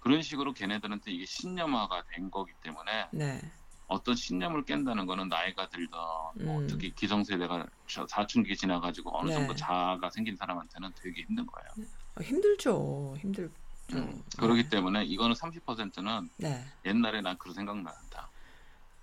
S2: 그런 식으로 걔네들한테 이게 신념화가 된 거기 때문에
S3: 네.
S2: 어떤 신념을 깬다는 거는 나이가 들던 뭐
S3: 음.
S2: 특히 기성세대가 저- 사춘기 지나가지고 어느
S3: 네.
S2: 정도 자아가 생긴 사람한테는 되게 힘든 거예요.
S3: 어, 힘들죠. 힘들죠.
S2: 음, 그렇기
S3: 네.
S2: 때문에 이거는 30%는
S3: 네.
S2: 옛날에 난 그런 생각 난다.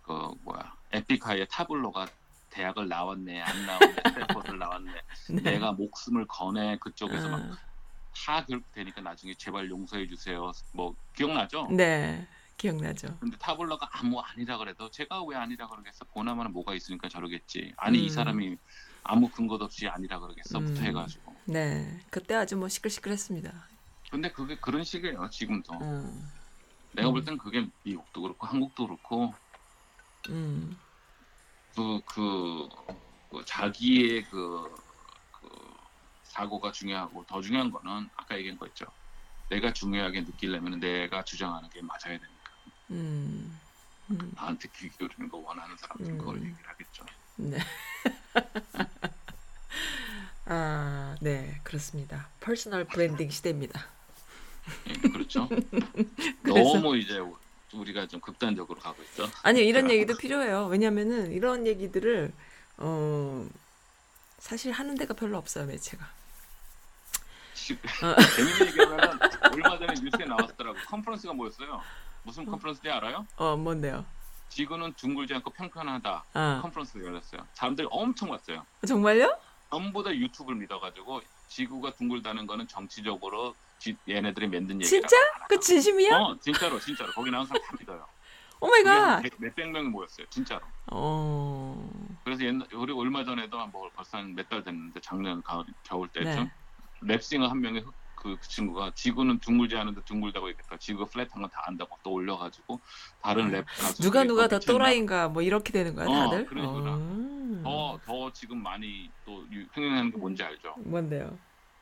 S2: 그 뭐야 에픽하의 타블로가 대학을 나왔네 안 나왔네 스탠퍼드를 나왔네
S3: 네.
S2: 내가 목숨을 거네 그쪽에서
S3: 아,
S2: 막다 결국 되니까 나중에 제발 용서해 주세요 뭐 기억나죠?
S3: 네. 기억나죠.
S2: 근데 타블로가 아무 아니라 그래도 제가 왜 아니라 그러겠어 보나마는 뭐가 있으니까 저러겠지 아니
S3: 음.
S2: 이 사람이 아무 근거도 없이 아니라 그러겠어부터
S3: 음.
S2: 해가지고
S3: 네. 그때 아주 뭐 시끌시끌했습니다.
S2: 근데 그게 그런 식이에요 지금도
S3: 음.
S2: 내가 볼 땐 그게 미국도 그렇고 한국도 그렇고
S3: 음.
S2: 그, 그, 그 자기의 그, 그 사고가 중요하고 더 중요한 거는 아까 얘기한 거 있죠. 내가 중요하게 느끼려면 내가 주장하는 게 맞아야 되니까
S3: 음. 음.
S2: 나한테 귀 기울이는 거 원하는 사람들은
S3: 음.
S2: 그걸 얘기를 하겠죠.
S3: 네. 아, 네, 그렇습니다. 퍼스널 브랜딩 시대입니다.
S2: 예, 그렇죠.
S3: 그래서-
S2: 너무 이제 우리가 좀 극단적으로 가고 있죠.
S3: 아니요, 이런 얘기도 필요해요. 왜냐면은 이런 얘기들을 어 사실 하는 데가 별로 없어요, 매체가.
S2: 시-
S3: 어.
S2: 재밌는 얘기하면 얼마 전에 뉴스에 나왔더라고. 컨퍼런스가 뭐였어요? 무슨 컨퍼런스인지 알아요?
S3: 어, 뭔데요?
S2: 지구는 둥글지 않고 평평하다.
S3: 아,
S2: 컨퍼런스가 열렸어요. 사람들이 엄청 왔어요.
S3: 정말요?
S2: 전부 다 유튜브를 믿어가지고 지구가 둥글다는 거는 정치적으로 지- 얘네들이 만든 얘기라.
S3: 진짜? 그 진심이야?
S2: 어 진짜로 진짜로 거기 나온 사람 다 믿어요.
S3: 오 마이
S2: 그게
S3: 갓.
S2: 한 백- 몇백 명이 모였어요 진짜로.
S3: 어.
S2: 그래서 옛날 우리 얼마 전에도 한뭐 벌써 한 몇 달 됐는데 작년 가을 겨울
S3: 네.
S2: 때쯤 랩싱어 한 명의 흑- 그, 그 친구가 지구는 둥글지 않은데 둥글다고 얘기했다. 지구가 플랫한 건 다 안다고 또 올려가지고 다른 랩 가수
S3: 아, 누가 누가 더 또라이인가 뭐 이렇게 되는 거야,
S2: 어,
S3: 다들? 어.
S2: 그런 식으로. 더더 지금 많이 또 유- 흥행하는 게 뭔지 알죠?
S3: 뭔데요?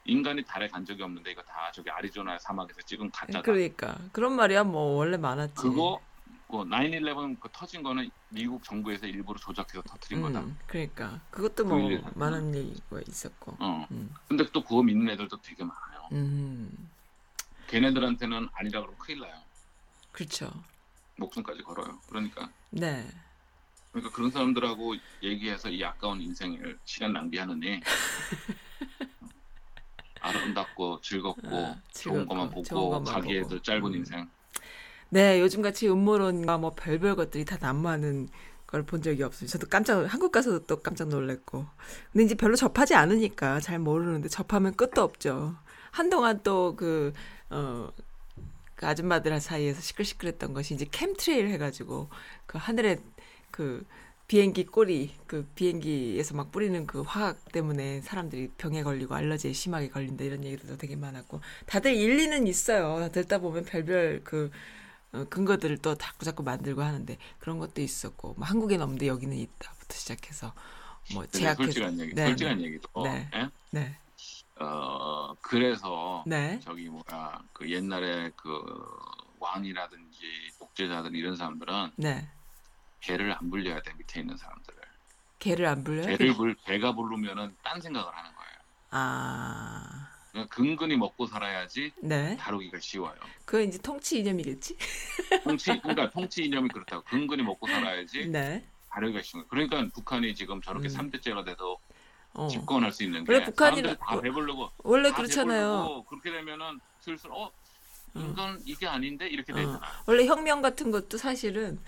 S2: 인간이 달에 간 적이 없는데 이거 다 저기 아리조나 사막에서 찍은 가짜다.
S3: 그러니까 그런 말이야 뭐 원래 많았지.
S2: 그거 그 9-11 그 터진 거는 미국 정부에서 일부러 조작해서 터뜨린 거다.
S3: 음, 그러니까 그것도 뭐
S2: 그 일.
S3: 많은 얘기가 있었고.
S2: 어.
S3: 음.
S2: 근데 또 그거 믿는 애들도 되게 많아요.
S3: 음.
S2: 걔네들한테는 아니라 그러면 큰일 나요.
S3: 그렇죠.
S2: 목숨까지 걸어요. 그러니까
S3: 네.
S2: 그러니까 그런 사람들하고 얘기해서 이 아까운 인생을 시간 낭비하느니 아름답고 즐겁고
S3: 아, 즐겁고
S2: 좋은 것만 보고
S3: 좋은 것만
S2: 자기애들
S3: 보고.
S2: 짧은
S3: 음.
S2: 인생.
S3: 네, 요즘같이 음모론과 뭐 별별 것들이 다 난무하는 걸 본 적이 없어요. 저도 깜짝 놀- 한국 가서도 또 깜짝 놀랐고. 근데 이제 별로 접하지 않으니까 잘 모르는데 접하면 끝도 없죠. 한동안 또 그 어. 그 아줌마들 사이에서 시끌시끌했던 것이 이제 캠트레일 해가지고 그 하늘에 그 비행기 꼬리 그 비행기에서 막 뿌리는 그 화학 때문에 사람들이 병에 걸리고 알러지에 심하게 걸린다 이런 얘기들도 되게 많았고 다들 일리는 있어요. 듣다 보면 별별 그 어, 근거들을 또 자꾸 자꾸 만들고 하는데 그런 것도 있었고 뭐 한국엔 없는데 여기는 있다부터 시작해서 뭐
S2: 근데
S3: 제약해서
S2: 솔직한 얘기,
S3: 네,
S2: 솔직한 얘기도.
S3: 네.
S2: 예?
S3: 네.
S2: 어 그래서
S3: 네.
S2: 저기 뭐야 그 옛날에 그 왕이라든지 독재자들 이런 사람들은
S3: 네.
S2: 배를 안 불려야 돼 밑에 있는 사람들을.
S3: 개를 안 불려요?
S2: 배를 불 배가 부르면은 딴 생각을 하는 거예요.
S3: 아.
S2: 그러니까 근근히 먹고 살아야지
S3: 네.
S2: 다루기가 쉬워요.
S3: 그건 이제 통치 이념이겠지?
S2: 통치 그러니까 통치 이념이 그렇다고 근근히 먹고 살아야지
S3: 네.
S2: 다루기가 쉬운 거예요. 그러니까 북한이 지금 저렇게
S3: 음.
S2: 삼 3대째가 돼서
S3: 어.
S2: 집권할 수 있는 게
S3: 원래 북한이-
S2: 사람들이 다 배부르고
S3: 원래
S2: 다
S3: 그렇잖아요.
S2: 배부르고 그렇게 되면은 슬슬 어
S3: 음.
S2: 이건 이게 아닌데 이렇게
S3: 어.
S2: 되잖아.
S3: 원래 혁명 같은 것도 사실은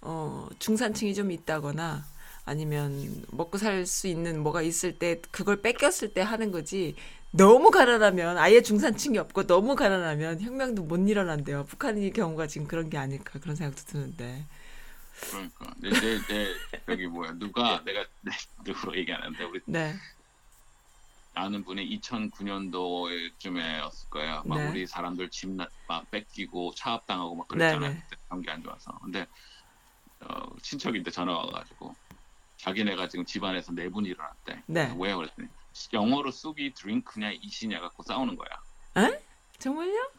S3: 어, 중산층이 좀 있다거나 아니면 먹고 살 수 있는 뭐가 있을 때 그걸 뺏겼을 때 하는 거지 너무 가난하면 아예 중산층이 없고 너무 가난하면 혁명도 못 일어난대요. 북한의 경우가 지금 그런 게 아닐까 그런 생각도 드는데.
S2: 그러니까 내내내 여기 뭐야 누가 내가 내, 누구로 얘기 안 하는데 우리
S3: 네.
S2: 아는 분이 2009년도쯤에였을 거야. 막
S3: 네.
S2: 우리 사람들 집 막 뺏기고 차압당하고 막
S3: 네,
S2: 그랬잖아요.
S3: 네.
S2: 경기 안 좋아서. 근데 어, 친척인데 전화 와가지고 자기네가 지금 집안에서 내분이 일어났대.
S3: 네.
S2: 왜 그랬더니 영어로 쑥이 드링크냐 이시냐 갖고 싸우는 거야.
S3: 정말요?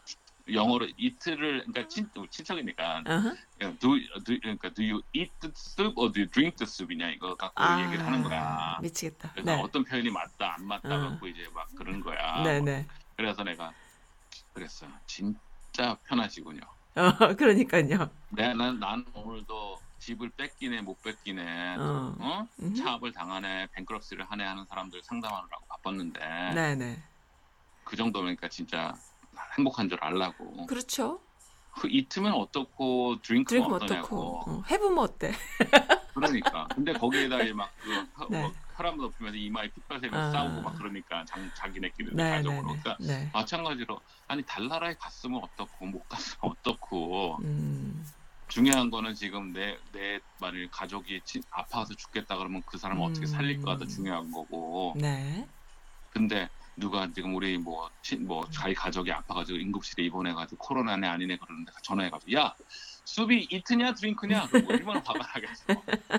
S2: 영어로 이틀을 그러니까 친, 우리 친척이니까
S3: 아하.
S2: 야, do, do, 그러니까 do you eat the soup or do you drink the soup이냐 이거 갖고 그 얘기를 하는 거야.
S3: 미치겠다.
S2: 그래서
S3: 아, 네.
S2: 어떤 표현이 맞다 안 맞다
S3: 어.
S2: 갖고 이제 막 그런 거야.
S3: 네, 네.
S2: 그래서 내가 그랬어. 진짜 편하시군요.
S3: 어, 그러니까요.
S2: 내, 난, 난 오늘도 집을 뺏기네 못 뺏기네.
S3: 어.
S2: 어?
S3: 음.
S2: 차업을 당하네, 뱅크럽시를 하네 하는 사람들 상담하느라고 바빴는데
S3: 네, 네.
S2: 그 정도면니까 진짜 행복한 줄 알라고.
S3: 그렇죠.
S2: 그 이트면 어떻고 드링크는
S3: 드리면 어떻고
S2: 어떠냐고.
S3: 어, 해보면 어때?
S2: 그러니까. 근데 거기에다 이제 막그
S3: 네.
S2: 뭐, 혈압 높이면서 이마에 핏발 세면서
S3: 아.
S2: 싸우고 막 그러니까 장, 자기네끼리
S3: 네,
S2: 가족으로.
S3: 네,
S2: 그러니까
S3: 네. 네.
S2: 마찬가지로 아니 달나라에 갔으면 어떻고 못 갔으면 어떻고
S3: 음.
S2: 중요한 거는 지금 내, 내 만일 가족이 치- 아파서 죽겠다 그러면 그 사람을
S3: 음.
S2: 어떻게 살릴까가 더 중요한 거고.
S3: 네.
S2: 근데 누가 지금 우리 뭐, 치, 뭐 자기 가족이 아파가지고 응급실에 입원해가지고 코로나네 아니네 그러는데 전화해가지고 야 수비 이트냐 드링크냐 그럼 얼마나 화가 나겠어.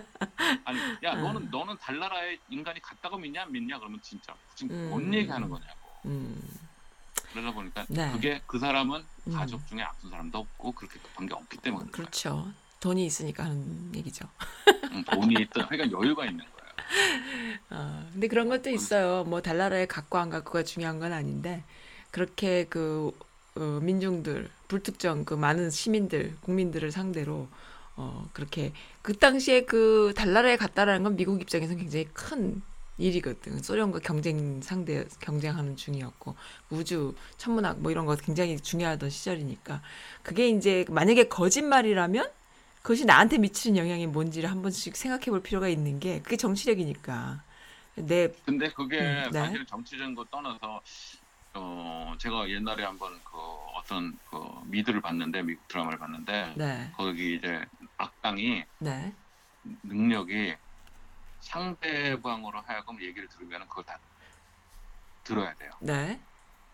S2: 아니 야 너는 너는 달나라에 인간이 갔다고 믿냐 안 믿냐 그러면 진짜 지금
S3: 음.
S2: 뭔 얘기하는 거냐고.
S3: 음.
S2: 그러다 보니까
S3: 네.
S2: 그게 그 사람은
S3: 음.
S2: 가족 중에 아픈 사람도 없고 그렇게 급한 게 없기 때문에 그런 거예요.
S3: 그렇죠. 돈이 있으니까 하는 얘기죠.
S2: 음, 돈이 있든 그러니까 여유가 있는 거예요.
S3: 어, 근데 그런 것도 있어요. 뭐 달나라에 갖고 안 갖고가 중요한 건 아닌데 그렇게 그 어, 민중들 불특정 그 많은 시민들 국민들을 상대로 어 그렇게 그 당시에 그 달나라에 갔다라는 건 미국 입장에서는 굉장히 큰 일이거든. 소련과 경쟁 상대 경쟁하는 중이었고 우주 천문학 뭐 이런 거 굉장히 중요하던 시절이니까 그게 이제 만약에 거짓말이라면 그것이 나한테 미치는 영향이 뭔지를 한 번씩 생각해 볼 필요가 있는 게 그게 정치력이니까. 네.
S2: 근데 그게
S3: 음, 네.
S2: 사실 정치적인 거 떠나서 어 제가 옛날에 한번 그 어떤 그 미드를 봤는데 미국 드라마를 봤는데
S3: 네.
S2: 거기 이제 악당이
S3: 네.
S2: 능력이 상대방으로 하여금 얘기를 들으면 그걸 다 들어야 돼요.
S3: 네.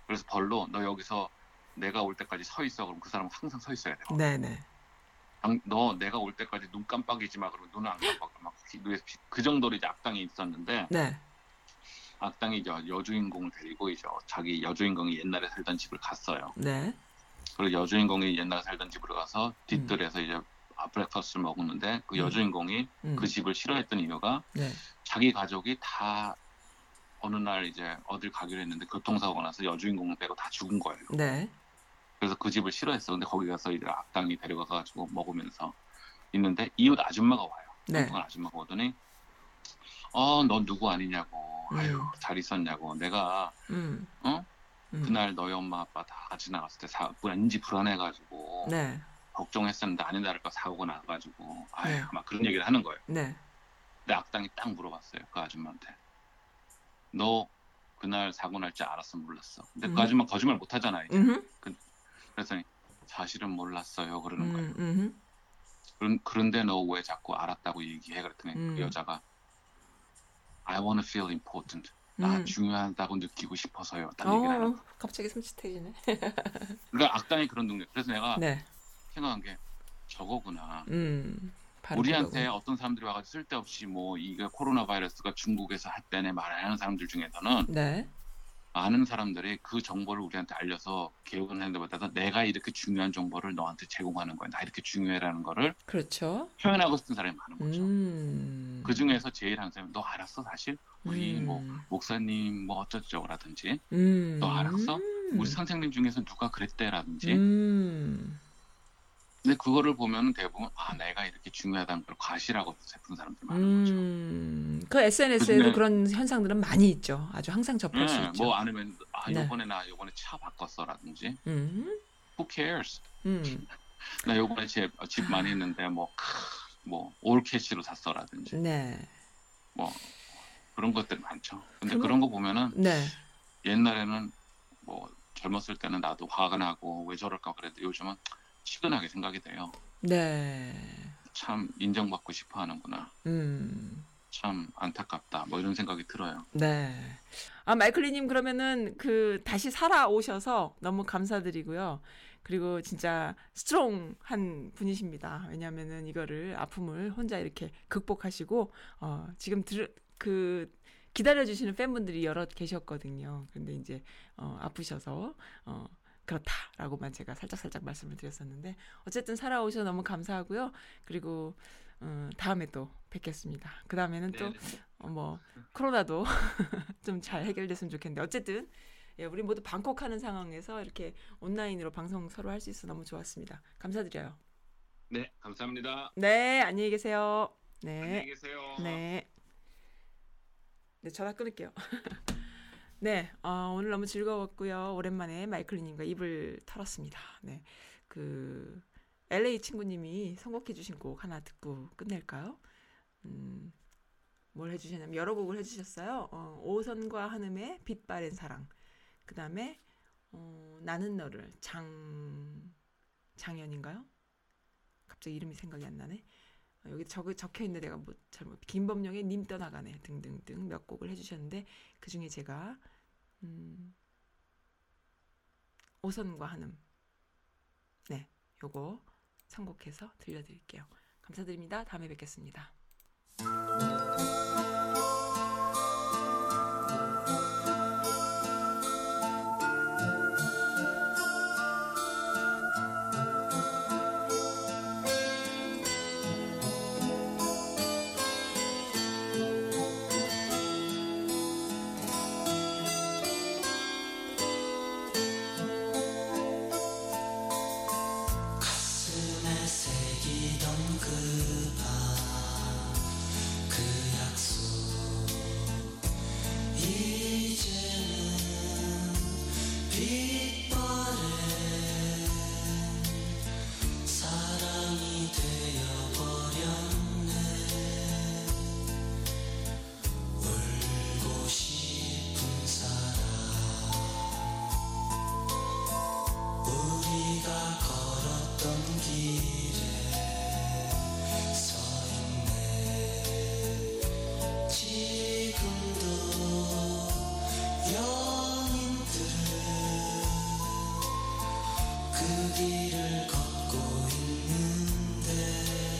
S2: 그래서 벌로 너 여기서 내가 올 때까지 서 있어 그럼 그 사람은 항상 서 있어야 돼요.
S3: 네, 네.
S2: 당- 너 내가 올 때까지 눈 깜빡이지 마 그러면 눈안 깜빡 막그 정도로 이제 악당이 있었는데
S3: 네.
S2: 악당이 저 여주인공을 데리고 이제 자기 여주인공이 옛날에 살던 집을 갔어요.
S3: 네.
S2: 그리고 여주인공이 옛날에 살던 집으로 가서 뒷뜰에서 이제 브렉퍼스를 먹었는데 그
S3: 음.
S2: 여주인공이
S3: 음.
S2: 그 집을 싫어했던 이유가
S3: 네.
S2: 자기 가족이 다 어느 날 이제 어딜 가기로 했는데 교통사고가 나서 여주인공 빼고 다 죽은 거예요.
S3: 네.
S2: 그래서 그 집을 싫어했어. 근데 거기 가서 이제 악당이 데려가가지고 먹으면서 있는데 이웃 아줌마가 와요.
S3: 네.
S2: 한동안 아줌마가 오더니 어, 넌 누구 아니냐고. 아유,
S3: 음.
S2: 잘 있었냐고. 내가
S3: 음.
S2: 어?
S3: 음.
S2: 그날 너희 엄마 아빠 다 지나갔을 때 사, 왠지 불안해가지고
S3: 네.
S2: 걱정했었는데 아닌 다를까 사고가 나가지고 아유
S3: 네.
S2: 막 그런 얘기를 하는 거예요.
S3: 네.
S2: 근데 악당이 딱 물어봤어요 그 아줌마한테 너 그날 사고 날 줄 알았어 몰랐어. 근데
S3: 음.
S2: 그 아줌마 거짓말 못 하잖아 이제.
S3: 음.
S2: 그랬더니 사실은 몰랐어요 그러는 거예요.
S3: 음. 음.
S2: 그런, 그런데 너 왜 자꾸 알았다고 얘기해? 그랬더니
S3: 음.
S2: 그 여자가 I wanna feel important. 나
S3: 음.
S2: 중요하다고 느끼고 싶어서요. 딴 얘기를 하는
S3: 어,
S2: 거야.
S3: 갑자기 섬찟해지네.
S2: 그러니까 악당이 그런 능력. 그래서 내가
S3: 네.
S2: 생각한 게 저거구나.
S3: 음. 바로
S2: 우리한테
S3: 그거고.
S2: 어떤 사람들이 와가지고 쓸데없이 뭐 이게 코로나 바이러스가 중국에서 핫대네 말하는 사람들 중에서는
S3: 네.
S2: 많은 사람들이 그 정보를 우리한테 알려서 개운하는 데보다도 내가 이렇게 중요한 정보를 너한테 제공하는 거야. 나 이렇게 중요해라는 거를
S3: 그렇죠.
S2: 표현하고 싶은 사람이 많은 거죠.
S3: 음.
S2: 그 중에서 제일 한 사람이 너 알았어 사실 우리 뭐 목사님 뭐 어쩌저쩌라든지
S3: 음.
S2: 너 알았어?
S3: 음.
S2: 우리 선생님 중에서 누가 그랬대라든지
S3: 음.
S2: 근데 그거를 보면 대부분 아 내가 이렇게 중요하다는 걸 과시라고 세푸는 사람들 많은 거죠.
S3: 음. 그 SNS에도
S2: 아, 요즘에-
S3: 그런 현상들은 많이 있죠. 아주 항상 접할 수
S2: 네,
S3: 있죠.
S2: 뭐 아니면 아
S3: 네.
S2: 요번에 나 요번에 차 바꿨어라든지
S3: 음.
S2: Who cares?
S3: 음.
S2: 나 요번에 집, 집 많이 했는데 뭐, 뭐뭐올 캐시로 샀어라든지
S3: 네.
S2: 뭐 그런 것들 많죠. 근데
S3: 그럼-
S2: 그런 거 보면은
S3: 네.
S2: 옛날에는 뭐 젊었을 때는 나도 화가 나고 왜 저럴까 그랬는데 요즘은 치근하게 생각이 돼요.
S3: 네.
S2: 참 인정받고 싶어 하는구나.
S3: 음.
S2: 참 안타깝다. 뭐 이런 생각이 들어요.
S3: 네. 아, 마이클리님 그러면은 그 다시 살아오셔서 너무 감사드리고요. 그리고 진짜 스트롱한 분이십니다. 왜냐하면은 이거를 아픔을 혼자 이렇게 극복하시고 어, 지금 들, 그 기다려주시는 팬분들이 여러 계셨거든요. 근데 이제 어, 아프셔서 어, 그렇다라고만 제가 살짝살짝 말씀을 드렸었는데 어쨌든 살아오셔서 너무 감사하고요. 그리고 어, 다음에 또 뵙겠습니다. 그 다음에는
S2: 네,
S3: 또 어, 뭐 코로나도 좀 잘 해결됐으면 좋겠는데 어쨌든 예, 우리 모두 방콕하는 상황에서 이렇게 온라인으로 방송 서로 할 수 있어 서 너무 좋았습니다. 감사드려요.
S2: 네, 감사합니다.
S3: 네, 안녕히 계세요.
S2: 안녕히
S3: 네.
S2: 계세요.
S3: 네. 네, 전화 끊을게요. 네, 어, 오늘 너무 즐거웠고요. 오랜만에 마이클리님과 입을 털었습니다. 네, 그 LA 친구님이 선곡해주신 곡 하나 듣고 끝낼까요? 음, 뭘 해주셨냐면 여러 곡을 해주셨어요. 어, 오선과 한음의 빛바랜 사랑, 그 다음에 어, 나는 너를 장 장현인가요? 갑자기 이름이 생각이 안 나네. 어, 여기 적, 적혀있는데 내가 뭐 잘못 김범룡의 님 떠나가네 등등등 몇 곡을 해주셨는데 그중에 제가 음, 오선과 한음 네 요거 선곡해서 들려드릴게요 감사드립니다 다음에 뵙겠습니다
S1: 가슴에 새기던 그 밤, 그 약속 이제는 빛바랜 사랑이 되어버렸네 울고 싶은 사람 우리가 걸었던 길에 서 있네 지금도 여인들은 그 길을 걷고 있는데